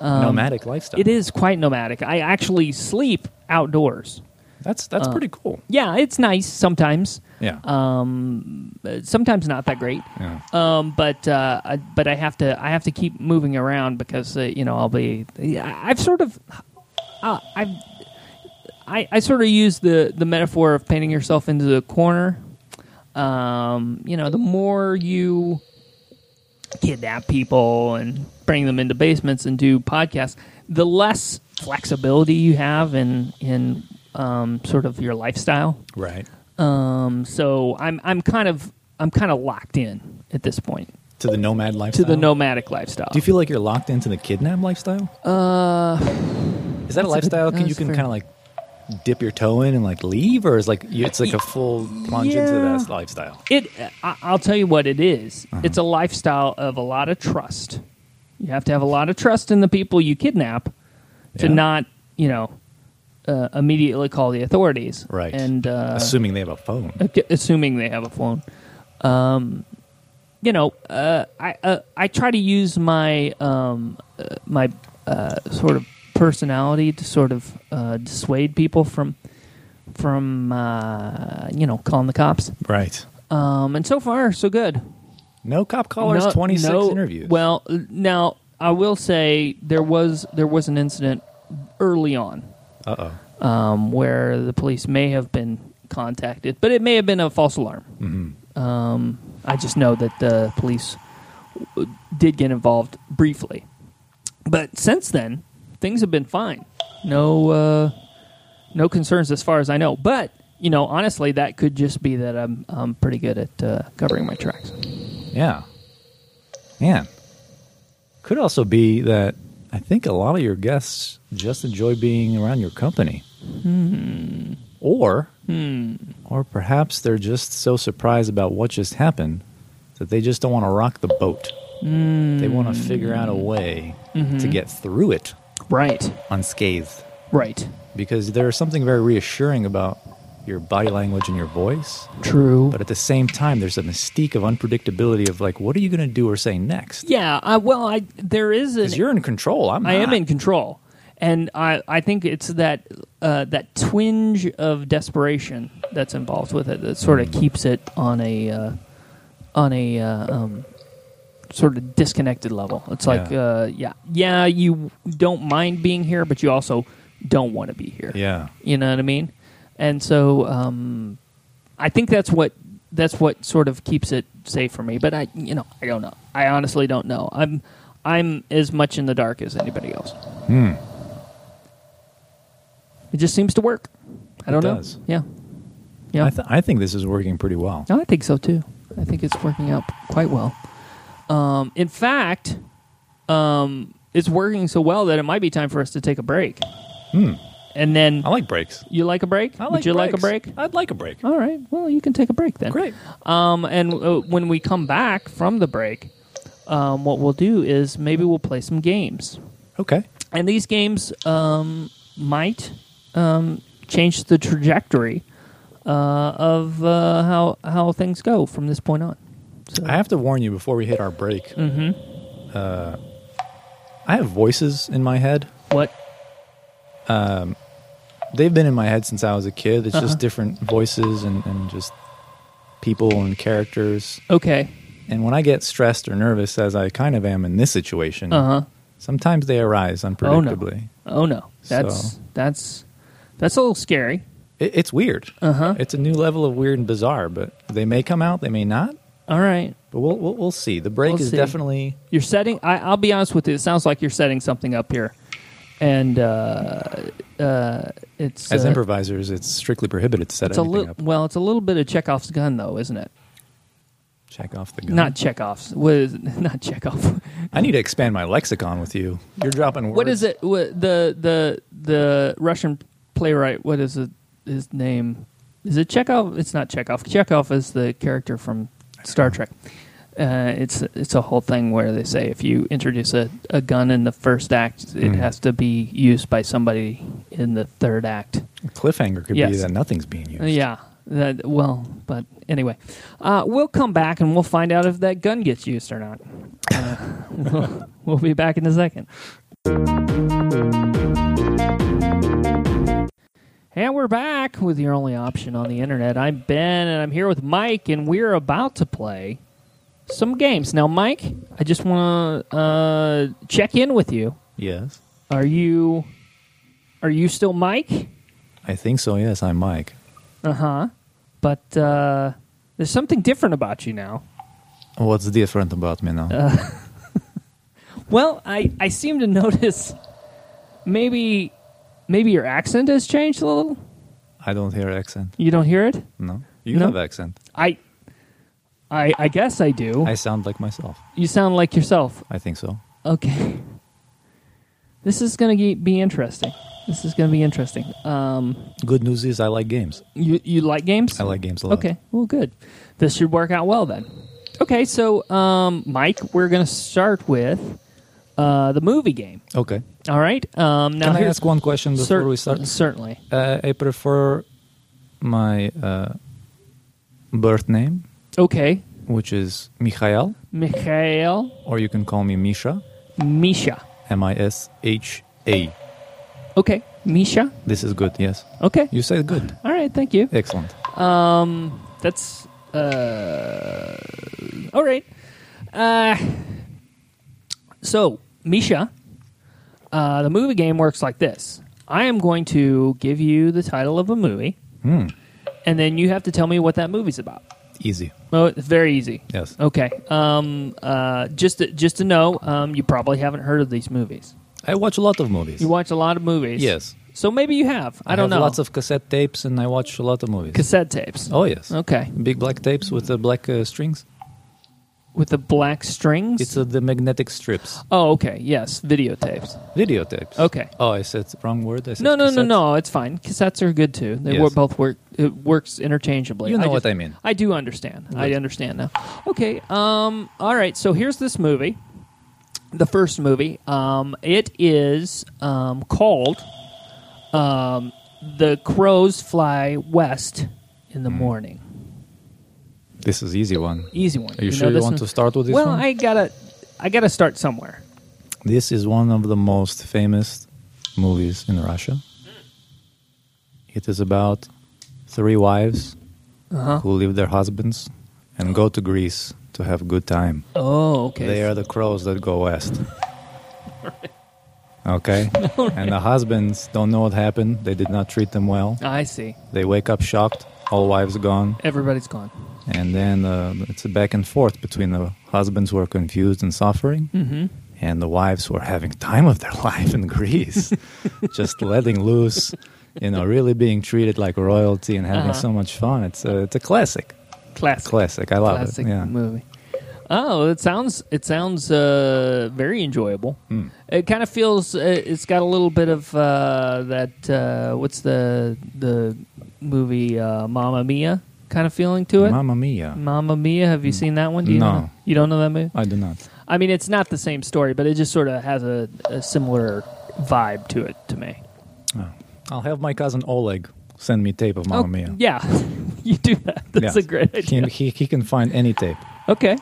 [SPEAKER 1] Um,
[SPEAKER 2] nomadic lifestyle.
[SPEAKER 1] it is quite nomadic. I actually sleep outdoors.
[SPEAKER 2] That's
[SPEAKER 1] uh,
[SPEAKER 2] that's pretty cool.
[SPEAKER 1] Yeah, it's nice sometimes.
[SPEAKER 2] Yeah.
[SPEAKER 1] um, Uh, Sometimes not that great.
[SPEAKER 2] yeah.
[SPEAKER 1] Um, but uh, I, but I have to I have to keep moving around because uh, you know I'll be I- I've sort of uh, I've I, I sort of use the the metaphor of painting yourself into the corner. Um, you know, the more you kidnap people and bring them into basements and do podcasts, the less flexibility you have in in um, sort of your lifestyle.
[SPEAKER 2] Right.
[SPEAKER 1] Um, so I'm I'm kind of I'm kind of locked in at this point
[SPEAKER 2] To the nomad
[SPEAKER 1] to
[SPEAKER 2] lifestyle.
[SPEAKER 1] the nomadic lifestyle.
[SPEAKER 2] Do you feel like you're locked into the kidnap lifestyle? Uh, is that a lifestyle
[SPEAKER 1] no,
[SPEAKER 2] can- you
[SPEAKER 1] that's
[SPEAKER 2] can
[SPEAKER 1] fair.
[SPEAKER 2] kind of like dip your toe in and like leave, or is like you- it's like a full plunge into
[SPEAKER 1] yeah.
[SPEAKER 2] that lifestyle?
[SPEAKER 1] it I, I'll tell you what it is.
[SPEAKER 2] Uh-huh.
[SPEAKER 1] It's a lifestyle of a lot of trust. You have to have a lot of trust in the people you kidnap to
[SPEAKER 2] Yeah.
[SPEAKER 1] not you know uh, immediately call the authorities.
[SPEAKER 2] Right.
[SPEAKER 1] and uh,
[SPEAKER 2] Assuming they have a phone.
[SPEAKER 1] Okay, assuming they have a phone. Um, you know, uh, I uh, I try to use my um, uh, my uh, sort of personality to sort of uh, dissuade people from from uh, you know calling the cops.
[SPEAKER 2] Right.
[SPEAKER 1] Um, and so far, so good.
[SPEAKER 2] No cop callers.
[SPEAKER 1] No-
[SPEAKER 2] Twenty six
[SPEAKER 1] no-
[SPEAKER 2] interviews.
[SPEAKER 1] Well, uh, now I will say there was there was an incident early on
[SPEAKER 2] uh oh.
[SPEAKER 1] um, where the police may have been contacted, but it may have been a false alarm. Um, I just know that the police w- did get involved briefly, but since then things have been fine. No, uh, no concerns as far as I know. But you know, honestly, that could just be that I'm I'm pretty good at uh, covering my tracks.
[SPEAKER 2] Yeah. Man. Could also be that I think a lot of your guests just enjoy being around your company. Or or perhaps they're just so surprised about what just happened that they just don't want to rock the boat. They want to figure out a way to get through it
[SPEAKER 1] Right,
[SPEAKER 2] unscathed
[SPEAKER 1] right,
[SPEAKER 2] because there's something very reassuring about your body language and your voice.
[SPEAKER 1] true.
[SPEAKER 2] But at the same time, there's a mystique of unpredictability of like, what are you going to do or say next?
[SPEAKER 1] yeah, I, well, I there is an
[SPEAKER 2] Because you're in control. I'm.
[SPEAKER 1] I am
[SPEAKER 2] not.
[SPEAKER 1] in control, and I, I think it's that uh, that twinge of desperation that's involved with it that sort of keeps it on a uh, on a uh, um, sort of disconnected level. It's like
[SPEAKER 2] Yeah.
[SPEAKER 1] uh, yeah yeah you don't mind being here, but you also don't want to be here.
[SPEAKER 2] Yeah.
[SPEAKER 1] You know what I mean? And so um, I think that's what that's what sort of keeps it safe for me. But I, you know, I don't know. I honestly don't know. I'm I'm as much in the dark as anybody else.
[SPEAKER 2] Hmm.
[SPEAKER 1] It just seems to work. I
[SPEAKER 2] It
[SPEAKER 1] don't know.
[SPEAKER 2] does.
[SPEAKER 1] Yeah. Yeah.
[SPEAKER 2] I, th- I think this is working pretty well.
[SPEAKER 1] No, I think so too. I think it's working out quite well. Um, in fact, um, it's working so well that it might be time for us to take a break. And then
[SPEAKER 2] Hmm. I like breaks.
[SPEAKER 1] you like a break?
[SPEAKER 2] I like
[SPEAKER 1] Would you like a
[SPEAKER 2] breaks.
[SPEAKER 1] break?
[SPEAKER 2] I'd like a break.
[SPEAKER 1] All right. Well, you can take a break then.
[SPEAKER 2] Great.
[SPEAKER 1] Um, and uh, when we come back from the break, um, what we'll do is maybe we'll play some games.
[SPEAKER 2] Okay.
[SPEAKER 1] And these games um, might um, change the trajectory uh, of uh, how how things go from this point on. So,
[SPEAKER 2] I have to warn you before we hit our break. Mm-hmm. Uh, I have voices in my head.
[SPEAKER 1] what?
[SPEAKER 2] They've been in my head since I was a kid. It's
[SPEAKER 1] Uh-huh.
[SPEAKER 2] just different voices and, and just people and characters.
[SPEAKER 1] Okay.
[SPEAKER 2] And when I get stressed or nervous, as I kind of am in this situation,
[SPEAKER 1] Uh huh.
[SPEAKER 2] sometimes they arise
[SPEAKER 1] Oh no.
[SPEAKER 2] unpredictably.
[SPEAKER 1] Oh no. That's
[SPEAKER 2] So-
[SPEAKER 1] that's that's a little scary.
[SPEAKER 2] It, it's weird.
[SPEAKER 1] Uh-huh.
[SPEAKER 2] It's a new level of weird and bizarre, but they may come out, they may not.
[SPEAKER 1] All right.
[SPEAKER 2] But we'll we'll, we'll see. The break
[SPEAKER 1] We'll
[SPEAKER 2] is
[SPEAKER 1] see.
[SPEAKER 2] definitely
[SPEAKER 1] You're setting. I, I'll be honest with you. It sounds like you're setting something up here, and uh, uh, it's
[SPEAKER 2] as
[SPEAKER 1] uh,
[SPEAKER 2] improvisers, it's strictly prohibited to set
[SPEAKER 1] It's a
[SPEAKER 2] anything
[SPEAKER 1] little.
[SPEAKER 2] up.
[SPEAKER 1] Well, it's a little bit of Chekhov's gun, though, isn't it?
[SPEAKER 2] Check off the gun.
[SPEAKER 1] Not Chekhov's. What is not Chekhov?
[SPEAKER 2] I need to expand my lexicon with you. You're dropping words.
[SPEAKER 1] what is it? What, the the the Russian playwright. What is it, his name? Is it Chekhov? It's not Chekhov. Chekhov is the character from Star Trek. Uh, it's it's a whole thing where they say if you introduce a, a gun in the first act, it
[SPEAKER 2] Hmm.
[SPEAKER 1] has to be used by somebody in the third act.
[SPEAKER 2] Cliffhanger could be
[SPEAKER 1] Yes.
[SPEAKER 2] that nothing's being used.
[SPEAKER 1] Uh, Yeah. That, well, but anyway, uh, we'll come back and we'll find out if that gun gets used or not. Uh, we'll, we'll be back in a second. And we're back with your only option on the internet. I'm Ben, and I'm here with Mike, and we're about to play some games. Now, Mike, I just want to uh, check in with you.
[SPEAKER 2] Yes.
[SPEAKER 1] Are you are you still Mike?
[SPEAKER 2] I think so. Yes, I'm Mike.
[SPEAKER 1] Uh-huh. But uh there's something different about you now.
[SPEAKER 2] What's different about me now?
[SPEAKER 1] Uh. Well, I I seem to notice maybe maybe your accent has changed a little.
[SPEAKER 2] I don't hear accent.
[SPEAKER 1] You don't hear it?
[SPEAKER 2] No. You
[SPEAKER 1] No.
[SPEAKER 2] have accent.
[SPEAKER 1] I I I guess I do.
[SPEAKER 2] I sound like myself.
[SPEAKER 1] you sound like yourself.
[SPEAKER 2] I think so.
[SPEAKER 1] Okay. This is going to be interesting. This is going to be interesting. Um
[SPEAKER 2] Good news is I like games.
[SPEAKER 1] you you like games?
[SPEAKER 2] I like games a lot.
[SPEAKER 1] Okay, well, good. This should work out well then. Okay, so um, Mike, we're going to start with uh, the movie game.
[SPEAKER 2] Okay.
[SPEAKER 1] All right. Um, now
[SPEAKER 2] Can I
[SPEAKER 1] here's-
[SPEAKER 2] ask one question before
[SPEAKER 1] Cer-
[SPEAKER 2] we start?
[SPEAKER 1] Certainly.
[SPEAKER 2] Uh, I prefer my uh, birth name,
[SPEAKER 1] Okay,
[SPEAKER 2] which is Mikhail,
[SPEAKER 1] Mikhail,
[SPEAKER 2] or you can call me Misha.
[SPEAKER 1] Misha.
[SPEAKER 2] M I S H A.
[SPEAKER 1] Okay, Misha.
[SPEAKER 2] This is good. Yes.
[SPEAKER 1] Okay.
[SPEAKER 2] You said good.
[SPEAKER 1] All right. Thank you.
[SPEAKER 2] Excellent.
[SPEAKER 1] Um, That's uh, all right. Uh, so Misha, uh, the movie game works like this. I am going to give you the title of a movie.
[SPEAKER 2] Hmm.
[SPEAKER 1] and then you have to tell me what that movie's about.
[SPEAKER 2] Easy.
[SPEAKER 1] Oh, it's very easy.
[SPEAKER 2] Yes.
[SPEAKER 1] Okay. Um, uh, just to, just to know, um, you probably haven't heard of these movies.
[SPEAKER 2] I watch a lot of movies.
[SPEAKER 1] You watch a lot of movies.
[SPEAKER 2] Yes.
[SPEAKER 1] So maybe you have. I, don't
[SPEAKER 2] have
[SPEAKER 1] know.
[SPEAKER 2] Lots of cassette tapes, and I watch a lot of movies.
[SPEAKER 1] cassette tapes.
[SPEAKER 2] oh yes.
[SPEAKER 1] Okay.
[SPEAKER 2] Big black tapes with the black uh, strings.
[SPEAKER 1] With the black strings.
[SPEAKER 2] It's uh, the magnetic strips.
[SPEAKER 1] oh, okay. Yes, videotapes.
[SPEAKER 2] Videotapes.
[SPEAKER 1] Okay.
[SPEAKER 2] Oh, I said wrong word. I said
[SPEAKER 1] No, no, no,
[SPEAKER 2] cassettes.
[SPEAKER 1] no. It's fine. Cassettes are good too. They
[SPEAKER 2] Yes.
[SPEAKER 1] work, both work. It works interchangeably.
[SPEAKER 2] You know
[SPEAKER 1] just-
[SPEAKER 2] what I mean.
[SPEAKER 1] I do understand. I
[SPEAKER 2] Good.
[SPEAKER 1] understand now. Okay. Um. All right. So here's this movie, the first movie. Um. It is um called um the crows fly west in
[SPEAKER 2] Hmm.
[SPEAKER 1] the morning.
[SPEAKER 2] This is easy one.
[SPEAKER 1] Easy one.
[SPEAKER 2] Are you,
[SPEAKER 1] know
[SPEAKER 2] sure you
[SPEAKER 1] this
[SPEAKER 2] want
[SPEAKER 1] one?
[SPEAKER 2] to start with this
[SPEAKER 1] Well,
[SPEAKER 2] one?
[SPEAKER 1] I gotta, I gotta start somewhere.
[SPEAKER 2] This is one of the most famous movies in Russia. It is about three wives
[SPEAKER 1] Uh huh.
[SPEAKER 2] who leave their husbands and go to Greece to have good time.
[SPEAKER 1] Oh, okay.
[SPEAKER 2] They are the crows that go west. Okay. And the husbands don't know what happened. They did not treat them well.
[SPEAKER 1] I see.
[SPEAKER 2] They wake up shocked. All wives gone.
[SPEAKER 1] Everybody's gone.
[SPEAKER 2] And then uh, it's a back and forth between the husbands who are confused and suffering
[SPEAKER 1] Mm-hmm.
[SPEAKER 2] and the wives who are having time of their life in Greece, just letting loose, you know, really being treated like royalty and having
[SPEAKER 1] Uh-huh.
[SPEAKER 2] so much fun. It's a, it's a classic.
[SPEAKER 1] Classic.
[SPEAKER 2] Classic. I love
[SPEAKER 1] classic
[SPEAKER 2] it. Yeah.
[SPEAKER 1] movie. Oh, it sounds it sounds uh, very enjoyable.
[SPEAKER 2] Hmm.
[SPEAKER 1] It kind of feels uh, it's got a little bit of uh, that uh, what's the the movie uh, Mamma Mia kind of feeling to it.
[SPEAKER 2] Mamma mia.
[SPEAKER 1] Mamma Mia, have you seen that one? Do you
[SPEAKER 2] No.
[SPEAKER 1] know? You don't know that movie?
[SPEAKER 2] I do not.
[SPEAKER 1] I mean, it's not the same story, but it just sort of has a, a similar vibe to it to me.
[SPEAKER 2] Oh. I'll have my cousin Oleg send me tape of
[SPEAKER 1] Oh,
[SPEAKER 2] Mamma Mia.
[SPEAKER 1] Yeah, you do that. That's
[SPEAKER 2] Yeah.
[SPEAKER 1] a great
[SPEAKER 2] He,
[SPEAKER 1] idea.
[SPEAKER 2] he, he can find any tape.
[SPEAKER 1] Okay.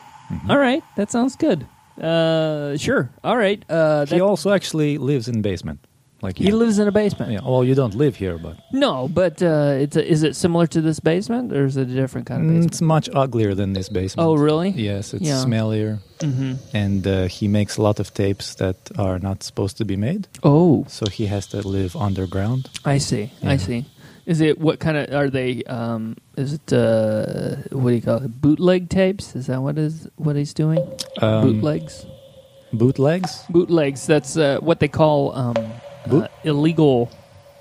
[SPEAKER 1] All right. That sounds good. Uh, sure. All right. Uh,
[SPEAKER 2] he
[SPEAKER 1] that-
[SPEAKER 2] also actually lives in basement. Like
[SPEAKER 1] he
[SPEAKER 2] you.
[SPEAKER 1] lives in a basement.
[SPEAKER 2] Yeah, well, you don't live here, but
[SPEAKER 1] No, but uh, it's a, is it similar to this basement or is it a different kind of
[SPEAKER 2] Mm,
[SPEAKER 1] basement?
[SPEAKER 2] it's much uglier than this basement.
[SPEAKER 1] Oh, really?
[SPEAKER 2] Yes, it's
[SPEAKER 1] Yeah.
[SPEAKER 2] smellier,
[SPEAKER 1] Mm-hmm.
[SPEAKER 2] and uh, he makes a lot of tapes that are not supposed to be made,
[SPEAKER 1] Oh,
[SPEAKER 2] so he has to live underground.
[SPEAKER 1] I see. I
[SPEAKER 2] Yeah.
[SPEAKER 1] see. Is it what kind of are they? Um, is it uh, what do you call it? Bootleg tapes? Is that what is what he's doing?
[SPEAKER 2] Um,
[SPEAKER 1] Bootlegs.
[SPEAKER 2] Bootlegs?
[SPEAKER 1] bootlegs. That's uh, what they call um,
[SPEAKER 2] Boot-
[SPEAKER 1] uh, illegal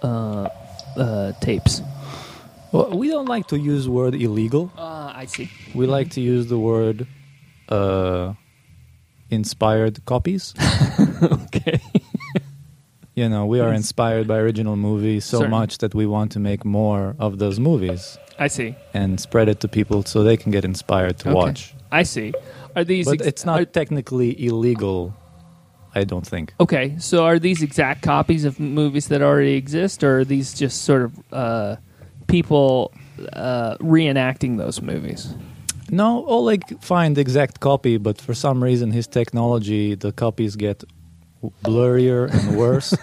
[SPEAKER 1] uh, uh, tapes.
[SPEAKER 2] Well, we don't like to use word illegal.
[SPEAKER 1] Uh, I see.
[SPEAKER 2] We like to use the word uh, inspired copies.
[SPEAKER 1] Okay.
[SPEAKER 2] You know, we are inspired by original movies so
[SPEAKER 1] Certain.
[SPEAKER 2] much that we want to make more of those movies
[SPEAKER 1] I see.
[SPEAKER 2] and spread it to people so they can get inspired to
[SPEAKER 1] Okay.
[SPEAKER 2] watch.
[SPEAKER 1] I see. Are these?
[SPEAKER 2] But
[SPEAKER 1] ex-
[SPEAKER 2] it's not
[SPEAKER 1] are-
[SPEAKER 2] technically illegal, I don't think.
[SPEAKER 1] okay. So are these exact copies of movies that already exist, or are these just sort of uh, people uh, reenacting those movies?
[SPEAKER 2] No, Oleg find the exact copy, but for some reason his technology, the copies get w- blurrier and worse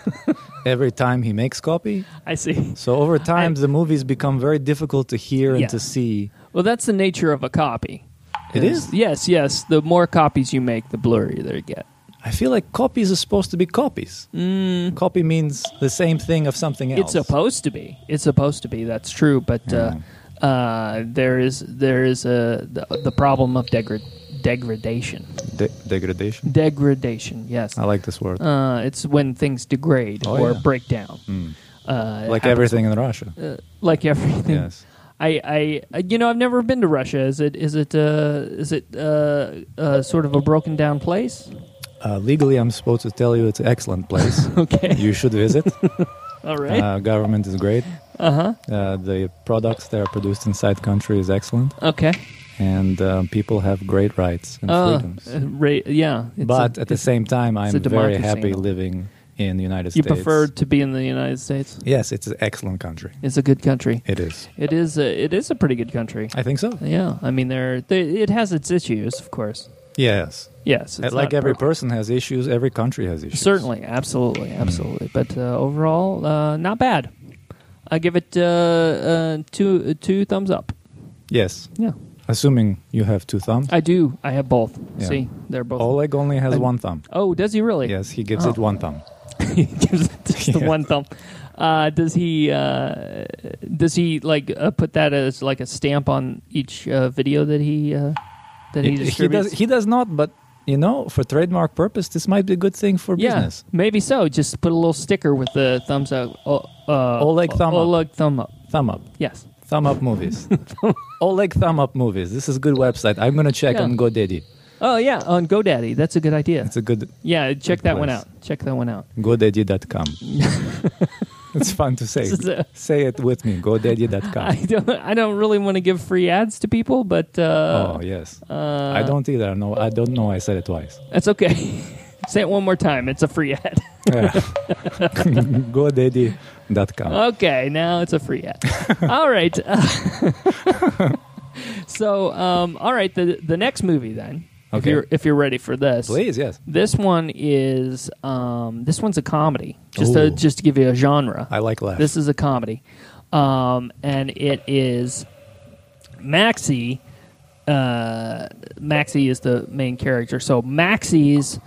[SPEAKER 2] every time he makes copy.
[SPEAKER 1] I see.
[SPEAKER 2] So over time, the movies become very difficult to hear and
[SPEAKER 1] Yeah.
[SPEAKER 2] to see.
[SPEAKER 1] Well, that's the nature of a copy.
[SPEAKER 2] It is?
[SPEAKER 1] Yes, yes. The more copies you make, the blurrier they get.
[SPEAKER 2] I feel like copies are supposed to be copies.
[SPEAKER 1] Mm,
[SPEAKER 2] Copy means the same thing of something else.
[SPEAKER 1] It's supposed to be. It's supposed to be. That's true. But
[SPEAKER 2] Hmm.
[SPEAKER 1] uh, uh, there is there is a the, the problem of degra- degradation.
[SPEAKER 2] De- degradation.
[SPEAKER 1] Degradation. Yes.
[SPEAKER 2] I like this word.
[SPEAKER 1] Uh, it's when things degrade
[SPEAKER 2] Oh,
[SPEAKER 1] or
[SPEAKER 2] yeah.
[SPEAKER 1] break down.
[SPEAKER 2] Mm.
[SPEAKER 1] Uh, it
[SPEAKER 2] Like
[SPEAKER 1] happens-
[SPEAKER 2] everything in Russia.
[SPEAKER 1] Uh, like everything.
[SPEAKER 2] Yes.
[SPEAKER 1] I, I, you know, I've never been to Russia. Is it, is it, uh, is it uh, uh, sort of a broken down place?
[SPEAKER 2] Uh, legally, I'm supposed to tell you it's an excellent place.
[SPEAKER 1] Okay,
[SPEAKER 2] you should visit.
[SPEAKER 1] all right.
[SPEAKER 2] Uh, government is great.
[SPEAKER 1] Uh
[SPEAKER 2] Uh, the products that are produced inside country is excellent,
[SPEAKER 1] huh. Okay.
[SPEAKER 2] and um, people have great rights and
[SPEAKER 1] Uh,
[SPEAKER 2] freedoms.
[SPEAKER 1] uh, ra- yeah. it's a-
[SPEAKER 2] but at the
[SPEAKER 1] it's-
[SPEAKER 2] same time,
[SPEAKER 1] it's a
[SPEAKER 2] I'm very
[SPEAKER 1] democracy,
[SPEAKER 2] happy
[SPEAKER 1] no?
[SPEAKER 2] living in the United
[SPEAKER 1] you
[SPEAKER 2] States.
[SPEAKER 1] prefer to be in the United States.
[SPEAKER 2] Yes, it's an excellent country.
[SPEAKER 1] It's a good country.
[SPEAKER 2] It is.
[SPEAKER 1] It is a it is a pretty good country.
[SPEAKER 2] I think so.
[SPEAKER 1] Yeah, I mean there they, it has its issues, of course.
[SPEAKER 2] Yes.
[SPEAKER 1] Yes, it's
[SPEAKER 2] like
[SPEAKER 1] not
[SPEAKER 2] every
[SPEAKER 1] perfect.
[SPEAKER 2] person has issues, every country has issues.
[SPEAKER 1] Certainly, absolutely,
[SPEAKER 2] Mm.
[SPEAKER 1] absolutely. But uh, overall, uh, not bad. I give it uh, uh, two two thumbs up.
[SPEAKER 2] Yes.
[SPEAKER 1] Yeah,
[SPEAKER 2] Assuming you have two thumbs.
[SPEAKER 1] I do. I have both.
[SPEAKER 2] Yeah.
[SPEAKER 1] See, they're both.
[SPEAKER 2] Oleg only has
[SPEAKER 1] I-
[SPEAKER 2] one thumb.
[SPEAKER 1] oh, does he really?
[SPEAKER 2] Yes, he gives
[SPEAKER 1] Oh.
[SPEAKER 2] it one thumb.
[SPEAKER 1] he gives it just the
[SPEAKER 2] Yeah.
[SPEAKER 1] one thumb. Uh, does he uh, does he like uh, put that as like a stamp on each uh, video that he uh, that he,
[SPEAKER 2] he
[SPEAKER 1] distributes?
[SPEAKER 2] does. He does not. But you know, for trademark purpose, this might be a good thing for business.
[SPEAKER 1] Yeah, maybe so. Just put a little sticker with the thumbs up. o- Uh,
[SPEAKER 2] Oleg thumb up.
[SPEAKER 1] Oleg thumb up.
[SPEAKER 2] Thumb up,
[SPEAKER 1] Yes.
[SPEAKER 2] thumb up movies. Oleg thumb up movies. This is a good website. I'm gonna check
[SPEAKER 1] Yeah.
[SPEAKER 2] on GoDaddy.
[SPEAKER 1] Oh yeah, on GoDaddy. That's a good idea.
[SPEAKER 2] It's a good
[SPEAKER 1] yeah, check that one
[SPEAKER 2] place.
[SPEAKER 1] out. Check that one out.
[SPEAKER 2] GoDaddy.com. it's fun to say.
[SPEAKER 1] This is a-
[SPEAKER 2] say it with me.
[SPEAKER 1] I
[SPEAKER 2] GoDaddy.com.
[SPEAKER 1] don't. I don't really want to give free ads to people, but uh,
[SPEAKER 2] oh yes.
[SPEAKER 1] uh,
[SPEAKER 2] I don't either. No, I don't know. I said it twice.
[SPEAKER 1] That's okay. Say it one more time. It's a free ad.
[SPEAKER 2] Yeah. GoDaddy.com.
[SPEAKER 1] Uh, Okay, now it's a free ad. all right. so, um, all right. The the next movie then. If
[SPEAKER 2] Okay.
[SPEAKER 1] you're if you're ready for this,
[SPEAKER 2] Please, yes.
[SPEAKER 1] This one is um, this one's a comedy. Just to,
[SPEAKER 2] Ooh.
[SPEAKER 1] just to give you a genre,
[SPEAKER 2] I like laughs.
[SPEAKER 1] this is a comedy, um, and it is Maxie. Uh, Maxie is the main character. So Maxie's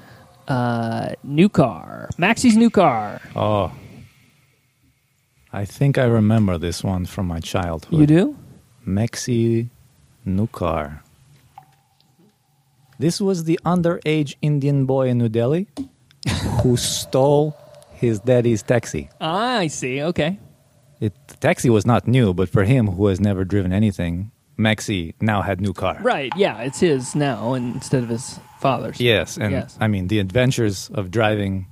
[SPEAKER 1] Uh, new car. Maxi's new car.
[SPEAKER 2] Oh. I think I remember this one from my childhood.
[SPEAKER 1] You do?
[SPEAKER 2] Mexi Nukar. This was the underage Indian boy in New Delhi who stole his daddy's taxi.
[SPEAKER 1] Ah, I see. Okay.
[SPEAKER 2] It, the taxi was not new, but for him who has never driven anything, Maxi now had new car.
[SPEAKER 1] Right. Yeah, it's his now and instead of his father's.
[SPEAKER 2] Yes, and
[SPEAKER 1] Yes.
[SPEAKER 2] I mean the adventures of driving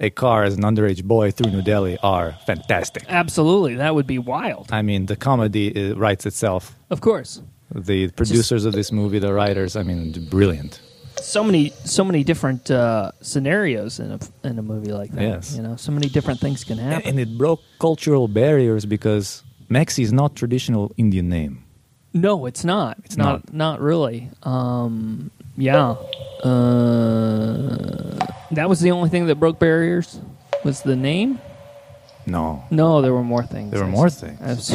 [SPEAKER 2] a car as an underage boy through New Delhi are fantastic.
[SPEAKER 1] Absolutely. That would be wild.
[SPEAKER 2] I mean the comedy uh, writes itself.
[SPEAKER 1] Of course.
[SPEAKER 2] The producers of this movie, the writers, I mean, brilliant.
[SPEAKER 1] So many, so many different uh, scenarios in a in a movie like that.
[SPEAKER 2] Yes.
[SPEAKER 1] You know, so many different things can happen.
[SPEAKER 2] and, and it broke cultural barriers because Maxi is not traditional Indian name.
[SPEAKER 1] No, it's not. It's
[SPEAKER 2] not.
[SPEAKER 1] not. Not really. Um, yeah. Uh, that was the only thing that broke barriers. Was the name?
[SPEAKER 2] No,
[SPEAKER 1] No, there were more things.
[SPEAKER 2] there were more things.
[SPEAKER 1] I was-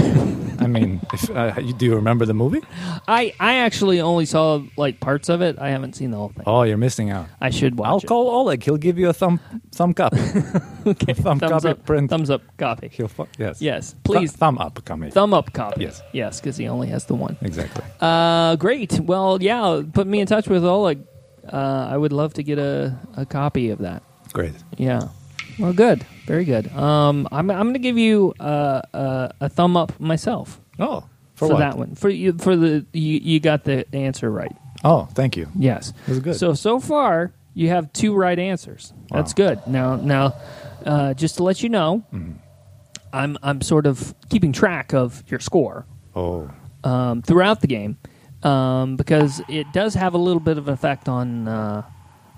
[SPEAKER 2] I mean, if, uh, you, do you remember the movie?
[SPEAKER 1] I I actually only saw like parts of it. I haven't seen the whole thing.
[SPEAKER 2] Oh, you're missing out.
[SPEAKER 1] I should watch
[SPEAKER 2] I'll
[SPEAKER 1] it.
[SPEAKER 2] call Oleg. He'll give you a thumb thumb cup. okay. Thumb
[SPEAKER 1] thumbs
[SPEAKER 2] copy
[SPEAKER 1] up.
[SPEAKER 2] print.
[SPEAKER 1] Thumbs up copy.
[SPEAKER 2] He'll fu- yes.
[SPEAKER 1] Yes,
[SPEAKER 2] Thu-
[SPEAKER 1] please.
[SPEAKER 2] thumb up copy.
[SPEAKER 1] Thumb up copy.
[SPEAKER 2] Yes.
[SPEAKER 1] yes, because he only has the one.
[SPEAKER 2] Exactly.
[SPEAKER 1] Uh, great. Well, yeah. Put me in touch with Oleg. Uh, I would love to get a, a copy of that.
[SPEAKER 2] Great.
[SPEAKER 1] Yeah. Well, good. Very good. Um, I'm, I'm going to give you uh, uh, a thumb up myself
[SPEAKER 2] Oh,
[SPEAKER 1] for,
[SPEAKER 2] for, what?
[SPEAKER 1] that one. For you, for the you, you got the answer right.
[SPEAKER 2] Oh, thank you.
[SPEAKER 1] Yes.
[SPEAKER 2] That's good.
[SPEAKER 1] So so far you have two right answers. That's good. Now now, uh, just to let you know,
[SPEAKER 2] Mm-hmm.
[SPEAKER 1] I'm I'm sort of keeping track of your score
[SPEAKER 2] Oh,
[SPEAKER 1] um, throughout the game um, because it does have a little bit of an effect on uh,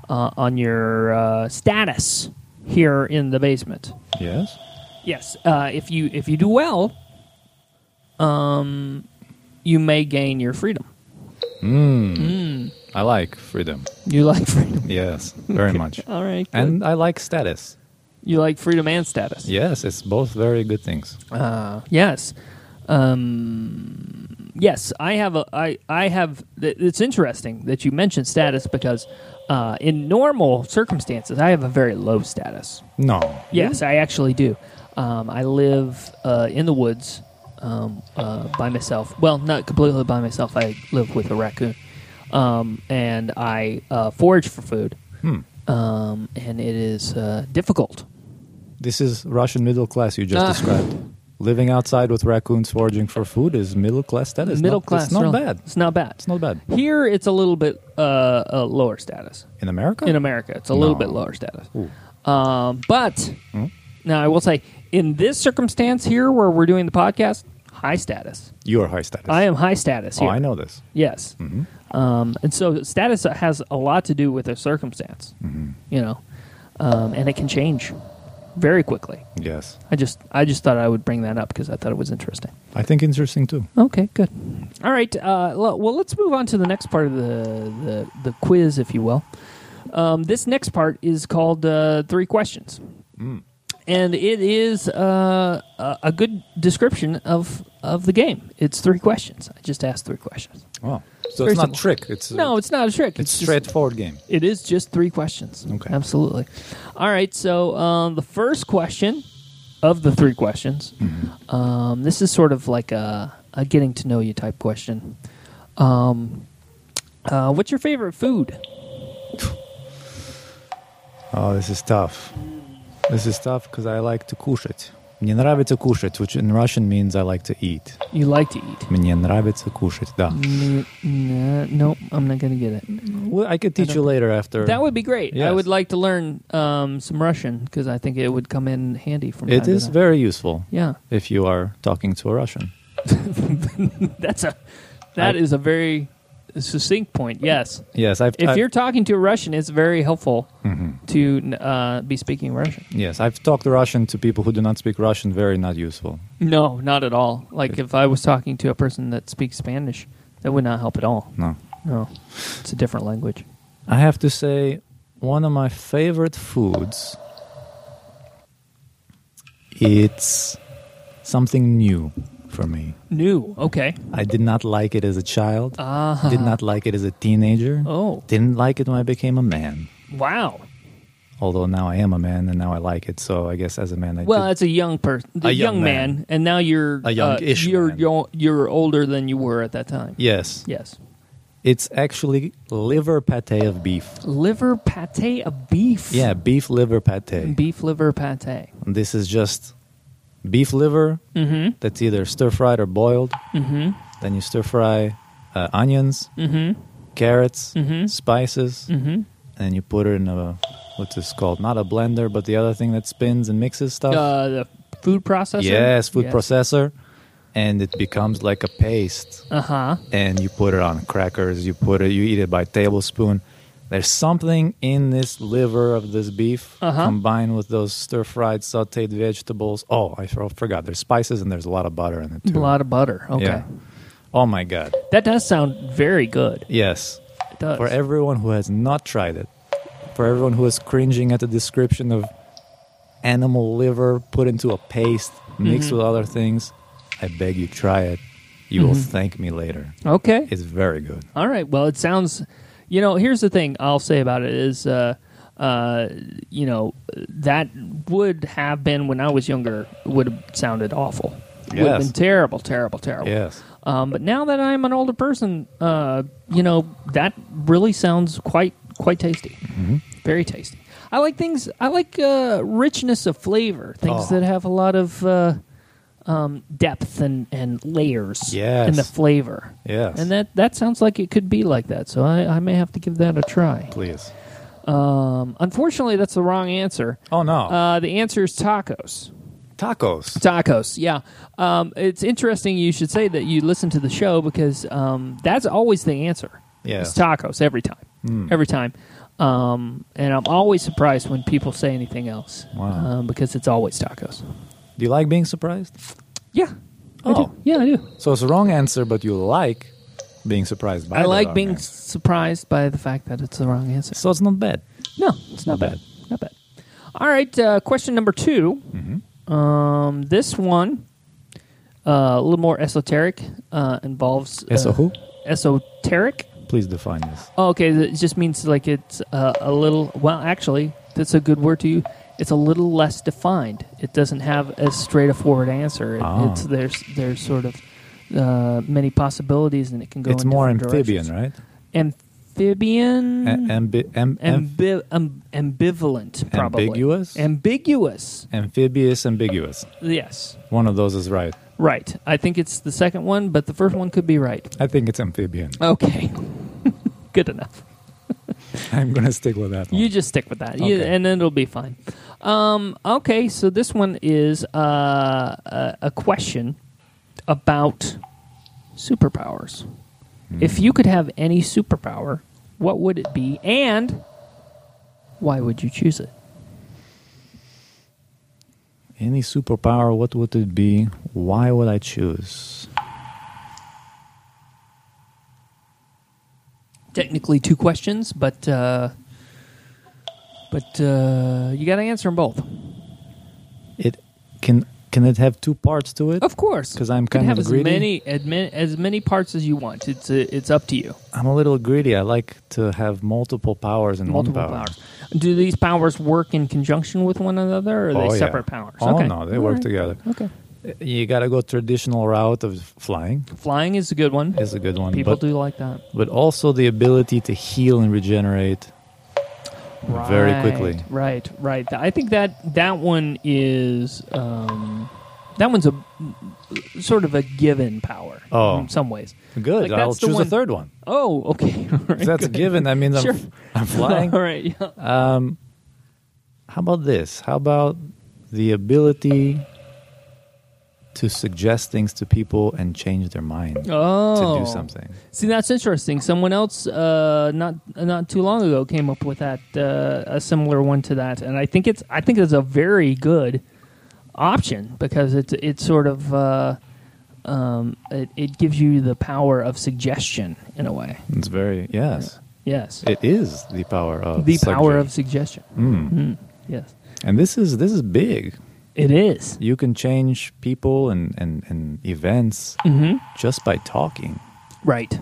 [SPEAKER 1] uh, on your uh, status here in the basement.
[SPEAKER 2] yes.
[SPEAKER 1] Yes, uh, if you if you do well, um, you may gain your freedom.
[SPEAKER 2] I like freedom.
[SPEAKER 1] You like freedom.
[SPEAKER 2] Yes, very much.
[SPEAKER 1] All right, good.
[SPEAKER 2] And I like status.
[SPEAKER 1] you like freedom and status.
[SPEAKER 2] Yes, it's both very good things.
[SPEAKER 1] Yes. Um, yes, I have a I I have th- it's interesting that you mentioned status because uh, in normal circumstances I have a very low status.
[SPEAKER 2] No.
[SPEAKER 1] Yes, I actually do. Um, I live uh, in the woods um, uh, by myself. Well, not completely by myself. I live with a raccoon, um, and I uh, forage for food.
[SPEAKER 2] Hmm.
[SPEAKER 1] Um, and it is uh, difficult.
[SPEAKER 2] This is Russian middle class you just
[SPEAKER 1] Ah.
[SPEAKER 2] described. Living outside with raccoons foraging for food is middle class status.
[SPEAKER 1] Middle
[SPEAKER 2] Not-
[SPEAKER 1] class.
[SPEAKER 2] It's not
[SPEAKER 1] really.
[SPEAKER 2] bad.
[SPEAKER 1] It's not bad.
[SPEAKER 2] It's not bad.
[SPEAKER 1] Here, it's a little bit uh, uh, lower status.
[SPEAKER 2] In America?
[SPEAKER 1] In America, it's a little
[SPEAKER 2] No.
[SPEAKER 1] bit lower status.
[SPEAKER 2] Ooh. Hmm?
[SPEAKER 1] Um, but now I will say, in this circumstance here where we're doing the podcast, high status.
[SPEAKER 2] you are high status.
[SPEAKER 1] I am high status
[SPEAKER 2] Oh,
[SPEAKER 1] here.
[SPEAKER 2] I know this.
[SPEAKER 1] Yes. Um, and so status has a lot to do with a circumstance, you know, um, and it can change very quickly.
[SPEAKER 2] Yes.
[SPEAKER 1] I just I just thought I would bring that up because I thought it was interesting.
[SPEAKER 2] I think interesting too.
[SPEAKER 1] Okay, good. All right. Uh, lo- well, let's move on to the next part of the the, the quiz, if you will. Um, this next part is called uh, three questions, and it is uh, a, a good description of of the game. It's three questions. I just asked three questions.
[SPEAKER 2] Wow. So
[SPEAKER 1] Very
[SPEAKER 2] it's not
[SPEAKER 1] simple.
[SPEAKER 2] trick. It's uh,
[SPEAKER 1] No, it's not a trick.
[SPEAKER 2] it's,
[SPEAKER 1] just-
[SPEAKER 2] straightforward game.
[SPEAKER 1] it is just three questions.
[SPEAKER 2] Okay.
[SPEAKER 1] Absolutely. All right. So um, the first question of the three questions,
[SPEAKER 2] Mm-hmm.
[SPEAKER 1] um, this is sort of like a, a getting to know you type question. Um, uh, what's your favorite food?
[SPEAKER 2] Oh, this is tough. This is tough because I like to кушать. Мне нравится кушать, which in Russian means I like to eat.
[SPEAKER 1] You like to eat?
[SPEAKER 2] Мне нравится кушать, да.
[SPEAKER 1] Mm, nah, no, I'm not gonna get it.
[SPEAKER 2] Well, I could teach you later after.
[SPEAKER 1] That would be great. I
[SPEAKER 2] Yes.
[SPEAKER 1] would like to learn um, some Russian because I think it would come in handy from
[SPEAKER 2] it
[SPEAKER 1] time
[SPEAKER 2] is
[SPEAKER 1] to time.
[SPEAKER 2] very useful
[SPEAKER 1] yeah.
[SPEAKER 2] if you are talking to a Russian.
[SPEAKER 1] That's a that
[SPEAKER 2] I-
[SPEAKER 1] is a very succinct point. Yes.
[SPEAKER 2] Yes, I've.
[SPEAKER 1] If
[SPEAKER 2] I've-
[SPEAKER 1] you're talking to a Russian, it's very helpful to uh, be speaking Russian.
[SPEAKER 2] Yes, I've talked Russian to people who do not speak Russian. Very not useful.
[SPEAKER 1] No, not at all. Like if I was talking to a person that speaks Spanish, that would not help at all.
[SPEAKER 2] No.
[SPEAKER 1] No, it's a different language.
[SPEAKER 2] I have to say, one of my favorite foods. It's something new for me.
[SPEAKER 1] New. Okay.
[SPEAKER 2] I did not like it as a child. Did not like it as a teenager.
[SPEAKER 1] Ah. Oh.
[SPEAKER 2] Didn't like it when I became a man.
[SPEAKER 1] Wow.
[SPEAKER 2] Although now I am a man, and now I like it. So I guess as a man, I
[SPEAKER 1] Well, uh,
[SPEAKER 2] did-
[SPEAKER 1] it's a young person, a
[SPEAKER 2] young
[SPEAKER 1] young, man. and now you're
[SPEAKER 2] A young-ish
[SPEAKER 1] uh, you're,
[SPEAKER 2] man.
[SPEAKER 1] you're you're older than you were at that time.
[SPEAKER 2] yes,
[SPEAKER 1] Yes,
[SPEAKER 2] it's actually liver pate of beef.
[SPEAKER 1] liver pate of beef.
[SPEAKER 2] Yeah, beef liver pate.
[SPEAKER 1] beef liver pate.
[SPEAKER 2] And This is just beef liver
[SPEAKER 1] Mm-hmm.
[SPEAKER 2] that's either stir fried or boiled.
[SPEAKER 1] Mm-hmm.
[SPEAKER 2] Then you stir fry uh, onions,
[SPEAKER 1] Mm-hmm.
[SPEAKER 2] carrots,
[SPEAKER 1] Mhm.
[SPEAKER 2] spices,
[SPEAKER 1] Mm-hmm.
[SPEAKER 2] and you put it in a what's this called? Not a blender, but the other thing that spins and mixes stuff.
[SPEAKER 1] Uh, the food processor.
[SPEAKER 2] yes, food processor, and it becomes like a paste.
[SPEAKER 1] Uh huh.
[SPEAKER 2] And you put it on crackers. You put it. You eat it by tablespoon. There's something in this liver of this beef
[SPEAKER 1] Uh-huh.
[SPEAKER 2] combined with those stir-fried sautéed vegetables. Oh, I for- forgot. There's spices and there's a lot of butter in it
[SPEAKER 1] A
[SPEAKER 2] too.
[SPEAKER 1] lot of butter. Okay,
[SPEAKER 2] Yeah. Oh my god.
[SPEAKER 1] that does sound very good.
[SPEAKER 2] Yes.
[SPEAKER 1] It does.
[SPEAKER 2] For everyone who has not tried it, for everyone who is cringing at the description of animal liver put into a paste mixed
[SPEAKER 1] Mm-hmm.
[SPEAKER 2] with other things, I beg you try it. You
[SPEAKER 1] Mm-hmm.
[SPEAKER 2] will thank me later.
[SPEAKER 1] okay.
[SPEAKER 2] It's very good.
[SPEAKER 1] All right. Well, it sounds. You know, here's the thing I'll say about it is, uh, uh, you know, that would have been when I was younger would have sounded awful. Would have
[SPEAKER 2] Yes.
[SPEAKER 1] been terrible, terrible, terrible.
[SPEAKER 2] Yes.
[SPEAKER 1] Um, but now that I'm an older person, uh, you know, that really sounds quite quite tasty.
[SPEAKER 2] Mm-hmm.
[SPEAKER 1] Very tasty. I like things. I like uh, richness of flavor. Things
[SPEAKER 2] Oh.
[SPEAKER 1] that have a lot of uh, um, depth and and layers in
[SPEAKER 2] Yes.
[SPEAKER 1] the flavor.
[SPEAKER 2] Yes.
[SPEAKER 1] And that that sounds like it could be like that. So I, I may have to give that a try.
[SPEAKER 2] Please.
[SPEAKER 1] Um, unfortunately, that's the wrong answer.
[SPEAKER 2] Oh no.
[SPEAKER 1] Uh, the answer is tacos.
[SPEAKER 2] Tacos.
[SPEAKER 1] Tacos, yeah. Um, it's interesting you should say that you listen to the show because um, that's always the answer.
[SPEAKER 2] Yeah.
[SPEAKER 1] It's tacos every time. Every time. Um, and I'm always surprised when people say anything else
[SPEAKER 2] Wow.
[SPEAKER 1] um, because it's always tacos.
[SPEAKER 2] Do you like being surprised?
[SPEAKER 1] Yeah. I
[SPEAKER 2] Oh.
[SPEAKER 1] do. Yeah, I do.
[SPEAKER 2] So it's the wrong answer, but you like being surprised by
[SPEAKER 1] I
[SPEAKER 2] the
[SPEAKER 1] like
[SPEAKER 2] wrong
[SPEAKER 1] being
[SPEAKER 2] answer.
[SPEAKER 1] surprised by the fact that it's the wrong answer.
[SPEAKER 2] So it's not bad.
[SPEAKER 1] No, it's not,
[SPEAKER 2] Not
[SPEAKER 1] bad. Not bad. All right, uh, question number 2 Um, this one, uh, a little more esoteric, uh, involves uh,
[SPEAKER 2] Eso who?
[SPEAKER 1] esoteric.
[SPEAKER 2] Please define this.
[SPEAKER 1] Oh, okay, it just means like it's uh, a little. Well, actually, that's a good word to you. It's a little less defined. It doesn't have a straightforward answer. It,
[SPEAKER 2] Ah.
[SPEAKER 1] It's there's there's sort of uh, many possibilities, and it can go.
[SPEAKER 2] It's
[SPEAKER 1] in
[SPEAKER 2] more
[SPEAKER 1] different
[SPEAKER 2] amphibian,
[SPEAKER 1] directions. Mm.
[SPEAKER 2] right?
[SPEAKER 1] Amphibian.
[SPEAKER 2] A- ambi- am- am-
[SPEAKER 1] Ambi- um, ambivalent, probably.
[SPEAKER 2] Ambiguous?
[SPEAKER 1] Ambiguous.
[SPEAKER 2] amphibious, ambiguous.
[SPEAKER 1] Yes.
[SPEAKER 2] One of those is right.
[SPEAKER 1] Right. I think it's the second one, but the first one could be right.
[SPEAKER 2] I think it's amphibian.
[SPEAKER 1] Okay. Good enough.
[SPEAKER 2] I'm gonna stick with that one.
[SPEAKER 1] You just stick with that, You-
[SPEAKER 2] Okay.
[SPEAKER 1] and then it'll be fine. Um, okay, so this one is uh, a, a question about superpowers. If you could have any superpower, what would it be, and why would you choose it?
[SPEAKER 2] Any superpower, what would it be? Why would I choose?
[SPEAKER 1] technically two questions, but uh, but uh, you got to answer them both.
[SPEAKER 2] It can can it have two parts to it?
[SPEAKER 1] Of course,
[SPEAKER 2] 'Cause I'm
[SPEAKER 1] You can
[SPEAKER 2] kind
[SPEAKER 1] Oh. have
[SPEAKER 2] of
[SPEAKER 1] as
[SPEAKER 2] greedy.
[SPEAKER 1] many admin, as many parts as you want. It's uh, it's up to you.
[SPEAKER 2] I'm a little greedy. I like to have multiple powers in
[SPEAKER 1] Multiple
[SPEAKER 2] one power.
[SPEAKER 1] powers. Do these powers work in conjunction with one another, or are they
[SPEAKER 2] Oh, yeah.
[SPEAKER 1] separate powers?
[SPEAKER 2] Oh
[SPEAKER 1] okay.
[SPEAKER 2] no, they
[SPEAKER 1] All
[SPEAKER 2] work
[SPEAKER 1] right.
[SPEAKER 2] together.
[SPEAKER 1] Okay,
[SPEAKER 2] You gotta go traditional route of flying
[SPEAKER 1] flying is a good one.
[SPEAKER 2] is a good one.
[SPEAKER 1] People
[SPEAKER 2] but,
[SPEAKER 1] do like that.
[SPEAKER 2] but also the ability to heal and regenerate. Very
[SPEAKER 1] Right,
[SPEAKER 2] quickly.
[SPEAKER 1] Right, right. Th- I think that that one is um, that one's a sort of a given power
[SPEAKER 2] Oh.
[SPEAKER 1] in some ways. Like,
[SPEAKER 2] Good. I'll
[SPEAKER 1] that's the
[SPEAKER 2] choose
[SPEAKER 1] one-
[SPEAKER 2] a third one.
[SPEAKER 1] Oh, okay. All right,
[SPEAKER 2] If that's a
[SPEAKER 1] good.
[SPEAKER 2] given. That means I'm,
[SPEAKER 1] Sure.
[SPEAKER 2] I'm flying.
[SPEAKER 1] All right. Yeah.
[SPEAKER 2] Um, how about this? How about the ability to suggest things to people and change their mind
[SPEAKER 1] Oh.
[SPEAKER 2] to do something?
[SPEAKER 1] See, that's interesting. Someone else, uh, not not too long ago, came up with that uh, a similar one to that, and I think it's I think it's a very good option because it's it's sort of uh, um, it, it gives you the power of suggestion in a way.
[SPEAKER 2] It's very yes.
[SPEAKER 1] Yes,
[SPEAKER 2] It is Hmm. the power of
[SPEAKER 1] the power of
[SPEAKER 2] subject.
[SPEAKER 1] suggestion. Mm, yes,
[SPEAKER 2] and this is this is big.
[SPEAKER 1] it is.
[SPEAKER 2] You can change people and and, and events
[SPEAKER 1] Mm-hmm.
[SPEAKER 2] just by talking,
[SPEAKER 1] Right,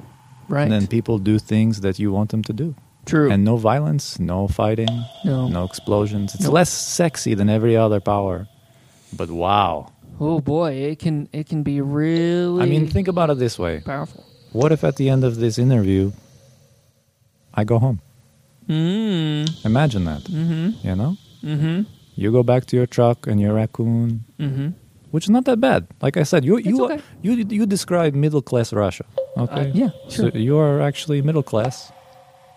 [SPEAKER 1] right.
[SPEAKER 2] and then people do things that you want them to do.
[SPEAKER 1] True.
[SPEAKER 2] and no violence, no fighting,
[SPEAKER 1] No.
[SPEAKER 2] no explosions. It's less sexy than every other power, but wow.
[SPEAKER 1] oh boy, it can it can be really.
[SPEAKER 2] I mean, think about it this way:
[SPEAKER 1] powerful.
[SPEAKER 2] What if at the end of this interview, I go home?
[SPEAKER 1] Mm.
[SPEAKER 2] Imagine that.
[SPEAKER 1] Mm-hmm.
[SPEAKER 2] You know,
[SPEAKER 1] Mm-hmm.
[SPEAKER 2] you go back to your truck and your raccoon,
[SPEAKER 1] Mm-hmm.
[SPEAKER 2] which is not that bad. Like I said, you you
[SPEAKER 1] okay.
[SPEAKER 2] you you describe middle class Russia. Okay.
[SPEAKER 1] Uh, yeah, sure.
[SPEAKER 2] So you are actually middle class,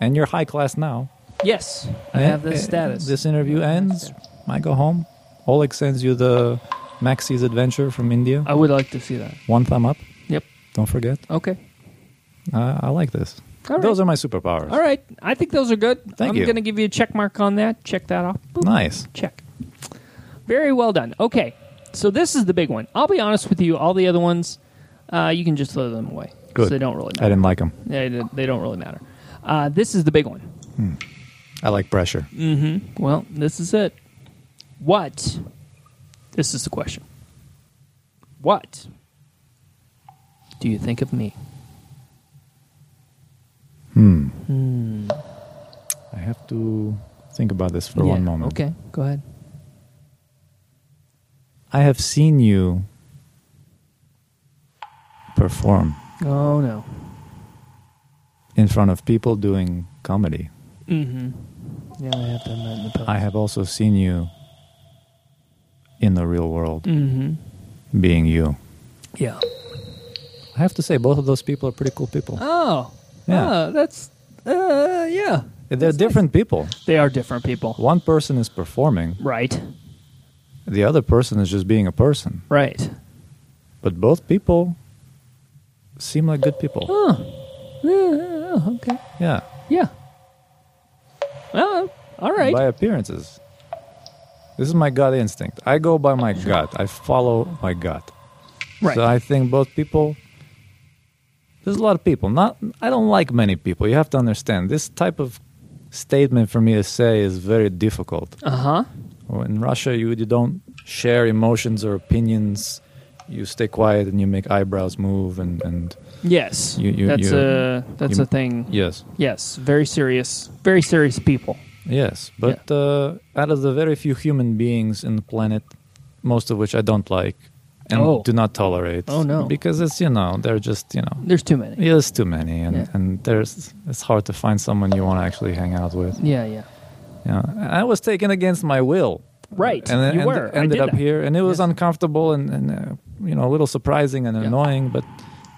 [SPEAKER 2] and you're high class now.
[SPEAKER 1] Yes, I
[SPEAKER 2] And-
[SPEAKER 1] have this
[SPEAKER 2] uh,
[SPEAKER 1] status.
[SPEAKER 2] This interview ends. I go home. Oleg sends you the Maxi's Adventure from India.
[SPEAKER 1] I would like to see that.
[SPEAKER 2] One thumb up.
[SPEAKER 1] Yep.
[SPEAKER 2] Don't forget.
[SPEAKER 1] Okay.
[SPEAKER 2] I I like this.
[SPEAKER 1] All right.
[SPEAKER 2] Those are my superpowers.
[SPEAKER 1] All right. I think those are good.
[SPEAKER 2] Thank
[SPEAKER 1] I'm
[SPEAKER 2] you.
[SPEAKER 1] going to give you a check mark on that. Check that off. Boop.
[SPEAKER 2] Nice.
[SPEAKER 1] Check. Very well done. Okay. So this is the big one. I'll be honest with you. All the other ones, uh, you can just throw them away. 'cause
[SPEAKER 2] Good.
[SPEAKER 1] They don't really
[SPEAKER 2] I
[SPEAKER 1] matter.
[SPEAKER 2] didn't like them.
[SPEAKER 1] They, they don't really matter. Uh, this is the big one.
[SPEAKER 2] I like pressure.
[SPEAKER 1] Well, this is it. What? This is the question. What do you think of me?
[SPEAKER 2] Hmm.
[SPEAKER 1] Hmm.
[SPEAKER 2] I have to think about this for
[SPEAKER 1] Yeah,
[SPEAKER 2] one moment.
[SPEAKER 1] Okay. Go ahead.
[SPEAKER 2] I have seen you perform
[SPEAKER 1] Oh no.
[SPEAKER 2] in front of people doing comedy.
[SPEAKER 1] Yeah, Mm-hmm. I have done that in the past.
[SPEAKER 2] I have also seen you in the real world
[SPEAKER 1] Mm-hmm.
[SPEAKER 2] being you.
[SPEAKER 1] yeah.
[SPEAKER 2] I have to say, both of those people are pretty cool people.
[SPEAKER 1] Oh.
[SPEAKER 2] Yeah.
[SPEAKER 1] Oh, that's. Uh, yeah.
[SPEAKER 2] They're different people.
[SPEAKER 1] They are different people.
[SPEAKER 2] One person is performing,
[SPEAKER 1] Right.
[SPEAKER 2] the other person is just being a person.
[SPEAKER 1] Right.
[SPEAKER 2] But both people seem like good people.
[SPEAKER 1] Oh. Yeah, oh, okay.
[SPEAKER 2] Yeah.
[SPEAKER 1] Yeah. Oh, all right.
[SPEAKER 2] By appearances. This is my gut instinct. I go by my gut. I follow my gut.
[SPEAKER 1] right.
[SPEAKER 2] So I think both people. There's a lot of people. Not I don't like many people. You have to understand. This type of statement for me to say is very difficult.
[SPEAKER 1] uh huh.
[SPEAKER 2] In Russia, you you don't share emotions or opinions. You stay quiet and you make eyebrows move and and
[SPEAKER 1] Yes.
[SPEAKER 2] You- you-
[SPEAKER 1] that's
[SPEAKER 2] you-
[SPEAKER 1] a that's
[SPEAKER 2] you-
[SPEAKER 1] a thing.
[SPEAKER 2] yes,
[SPEAKER 1] Yes. Very serious. Very serious people.
[SPEAKER 2] yes. But uh, out of the very few human beings in the planet, most of which I don't like and
[SPEAKER 1] Oh.
[SPEAKER 2] do not tolerate.
[SPEAKER 1] Oh, no.
[SPEAKER 2] because it's you know they're just you know
[SPEAKER 1] There's too many.
[SPEAKER 2] Yeah, there's too many, and,
[SPEAKER 1] Yeah.
[SPEAKER 2] and there's it's hard to find someone you want to actually hang out with.
[SPEAKER 1] Yeah. Yeah.
[SPEAKER 2] Yeah, I was taken against my will,
[SPEAKER 1] Right.
[SPEAKER 2] and then
[SPEAKER 1] you
[SPEAKER 2] end-
[SPEAKER 1] were. I
[SPEAKER 2] ended
[SPEAKER 1] did
[SPEAKER 2] up
[SPEAKER 1] that.
[SPEAKER 2] here, and it was
[SPEAKER 1] Yes.
[SPEAKER 2] uncomfortable and, and uh, you know a little surprising and
[SPEAKER 1] Yeah.
[SPEAKER 2] annoying, but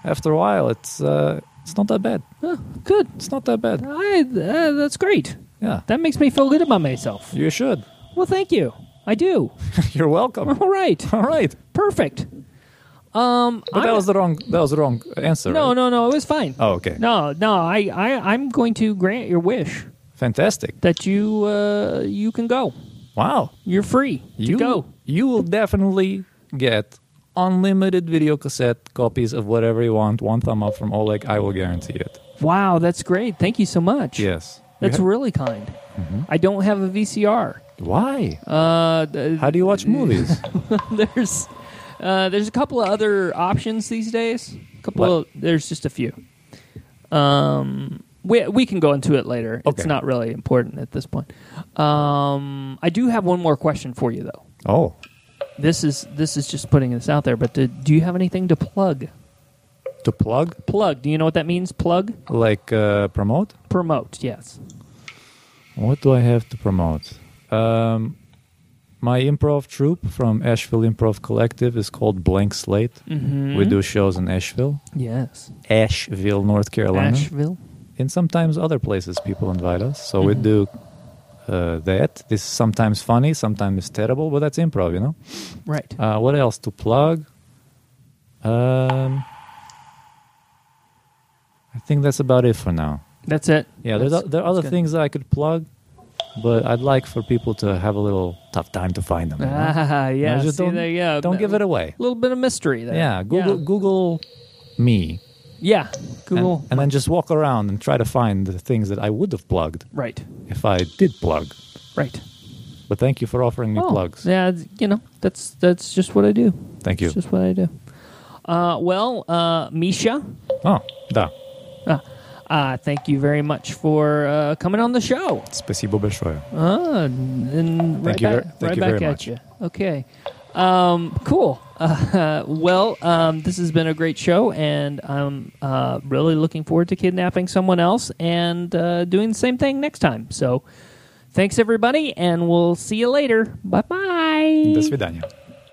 [SPEAKER 2] after a while, it's uh, it's not that bad.
[SPEAKER 1] Oh, good.
[SPEAKER 2] It's not that bad.
[SPEAKER 1] I, uh, that's great.
[SPEAKER 2] Yeah,
[SPEAKER 1] That makes me feel good about myself.
[SPEAKER 2] you should.
[SPEAKER 1] Well, thank you. I do.
[SPEAKER 2] You're welcome.
[SPEAKER 1] All right.
[SPEAKER 2] All right,
[SPEAKER 1] Perfect. Um,
[SPEAKER 2] but
[SPEAKER 1] I-
[SPEAKER 2] that was the wrong that was the wrong answer.
[SPEAKER 1] no,
[SPEAKER 2] right?
[SPEAKER 1] no, no. It was fine.
[SPEAKER 2] Oh, okay.
[SPEAKER 1] No, no. I, I, I'm going to grant your wish
[SPEAKER 2] Fantastic.
[SPEAKER 1] that you, uh, you can go.
[SPEAKER 2] Wow.
[SPEAKER 1] You're free to
[SPEAKER 2] you
[SPEAKER 1] go.
[SPEAKER 2] you will definitely get unlimited video cassette copies of whatever you want. One thumb up from Oleg. I will guarantee it.
[SPEAKER 1] Wow, that's great. Thank you so much.
[SPEAKER 2] Yes.
[SPEAKER 1] that's
[SPEAKER 2] You
[SPEAKER 1] really kind.
[SPEAKER 2] Mm-hmm.
[SPEAKER 1] I don't have a VCR.
[SPEAKER 2] ha- why.
[SPEAKER 1] Uh, th-
[SPEAKER 2] How do you watch movies?
[SPEAKER 1] there's uh, there's a couple of other options these days. A couple
[SPEAKER 2] What?
[SPEAKER 1] of, there's just a few. Um, we we can go into it later. It's
[SPEAKER 2] Okay.
[SPEAKER 1] not really important at this point. Um, I do have one more question for you though.
[SPEAKER 2] oh,
[SPEAKER 1] This is this is just putting this out there, but do, do you have anything to plug?
[SPEAKER 2] to plug
[SPEAKER 1] Plug. Do you know what that means? Plug.
[SPEAKER 2] like uh, promote.
[SPEAKER 1] Promote. Yes.
[SPEAKER 2] What do I have to promote? Um, my improv troupe from Asheville Improv Collective is called Blank Slate. We do shows in Asheville,
[SPEAKER 1] Yes.
[SPEAKER 2] Mm-hmm. Asheville, North Carolina.
[SPEAKER 1] Asheville.
[SPEAKER 2] and sometimes other places people invite us. So we
[SPEAKER 1] Mm-hmm.
[SPEAKER 2] do uh, that. This is sometimes funny, sometimes it's terrible, but that's improv, you know.
[SPEAKER 1] Right.
[SPEAKER 2] Uh, what else to plug? Um, I think that's about it for now.
[SPEAKER 1] That's it.
[SPEAKER 2] Yeah, there's,
[SPEAKER 1] That's-
[SPEAKER 2] o- there are other
[SPEAKER 1] that's good.
[SPEAKER 2] things that I could plug, but I'd like for people to have a little tough time to find them. you know?
[SPEAKER 1] Ah,
[SPEAKER 2] You know,
[SPEAKER 1] yeah.
[SPEAKER 2] just
[SPEAKER 1] See
[SPEAKER 2] don't,
[SPEAKER 1] there, yeah.
[SPEAKER 2] don't give it
[SPEAKER 1] a
[SPEAKER 2] away.
[SPEAKER 1] little bit of mystery there.
[SPEAKER 2] Yeah, Google Google me,
[SPEAKER 1] Yeah,
[SPEAKER 2] and-
[SPEAKER 1] Google.
[SPEAKER 2] and then just walk around and try to find the things that I would have plugged
[SPEAKER 1] right,
[SPEAKER 2] if I did plug.
[SPEAKER 1] right.
[SPEAKER 2] But thank you for offering me
[SPEAKER 1] Oh,
[SPEAKER 2] plugs.
[SPEAKER 1] Yeah, it's- you know that's that's just what I do.
[SPEAKER 2] Thank you.
[SPEAKER 1] It's just what I do. Uh, well, uh, Misha,
[SPEAKER 2] Oh, da.
[SPEAKER 1] Uh, thank you very much for uh, coming on the show.
[SPEAKER 2] Спасибо большое.
[SPEAKER 1] Uh, and right
[SPEAKER 2] Thank you
[SPEAKER 1] back,
[SPEAKER 2] ver- thank
[SPEAKER 1] right
[SPEAKER 2] you
[SPEAKER 1] back
[SPEAKER 2] very
[SPEAKER 1] at
[SPEAKER 2] much.
[SPEAKER 1] you. Okay. Um, cool. Uh, well, um, this has been a great show, and I'm uh, really looking forward to kidnapping someone else and uh, doing the same thing next time. So, thanks everybody, and we'll see you later. Bye bye.
[SPEAKER 2] До свидания.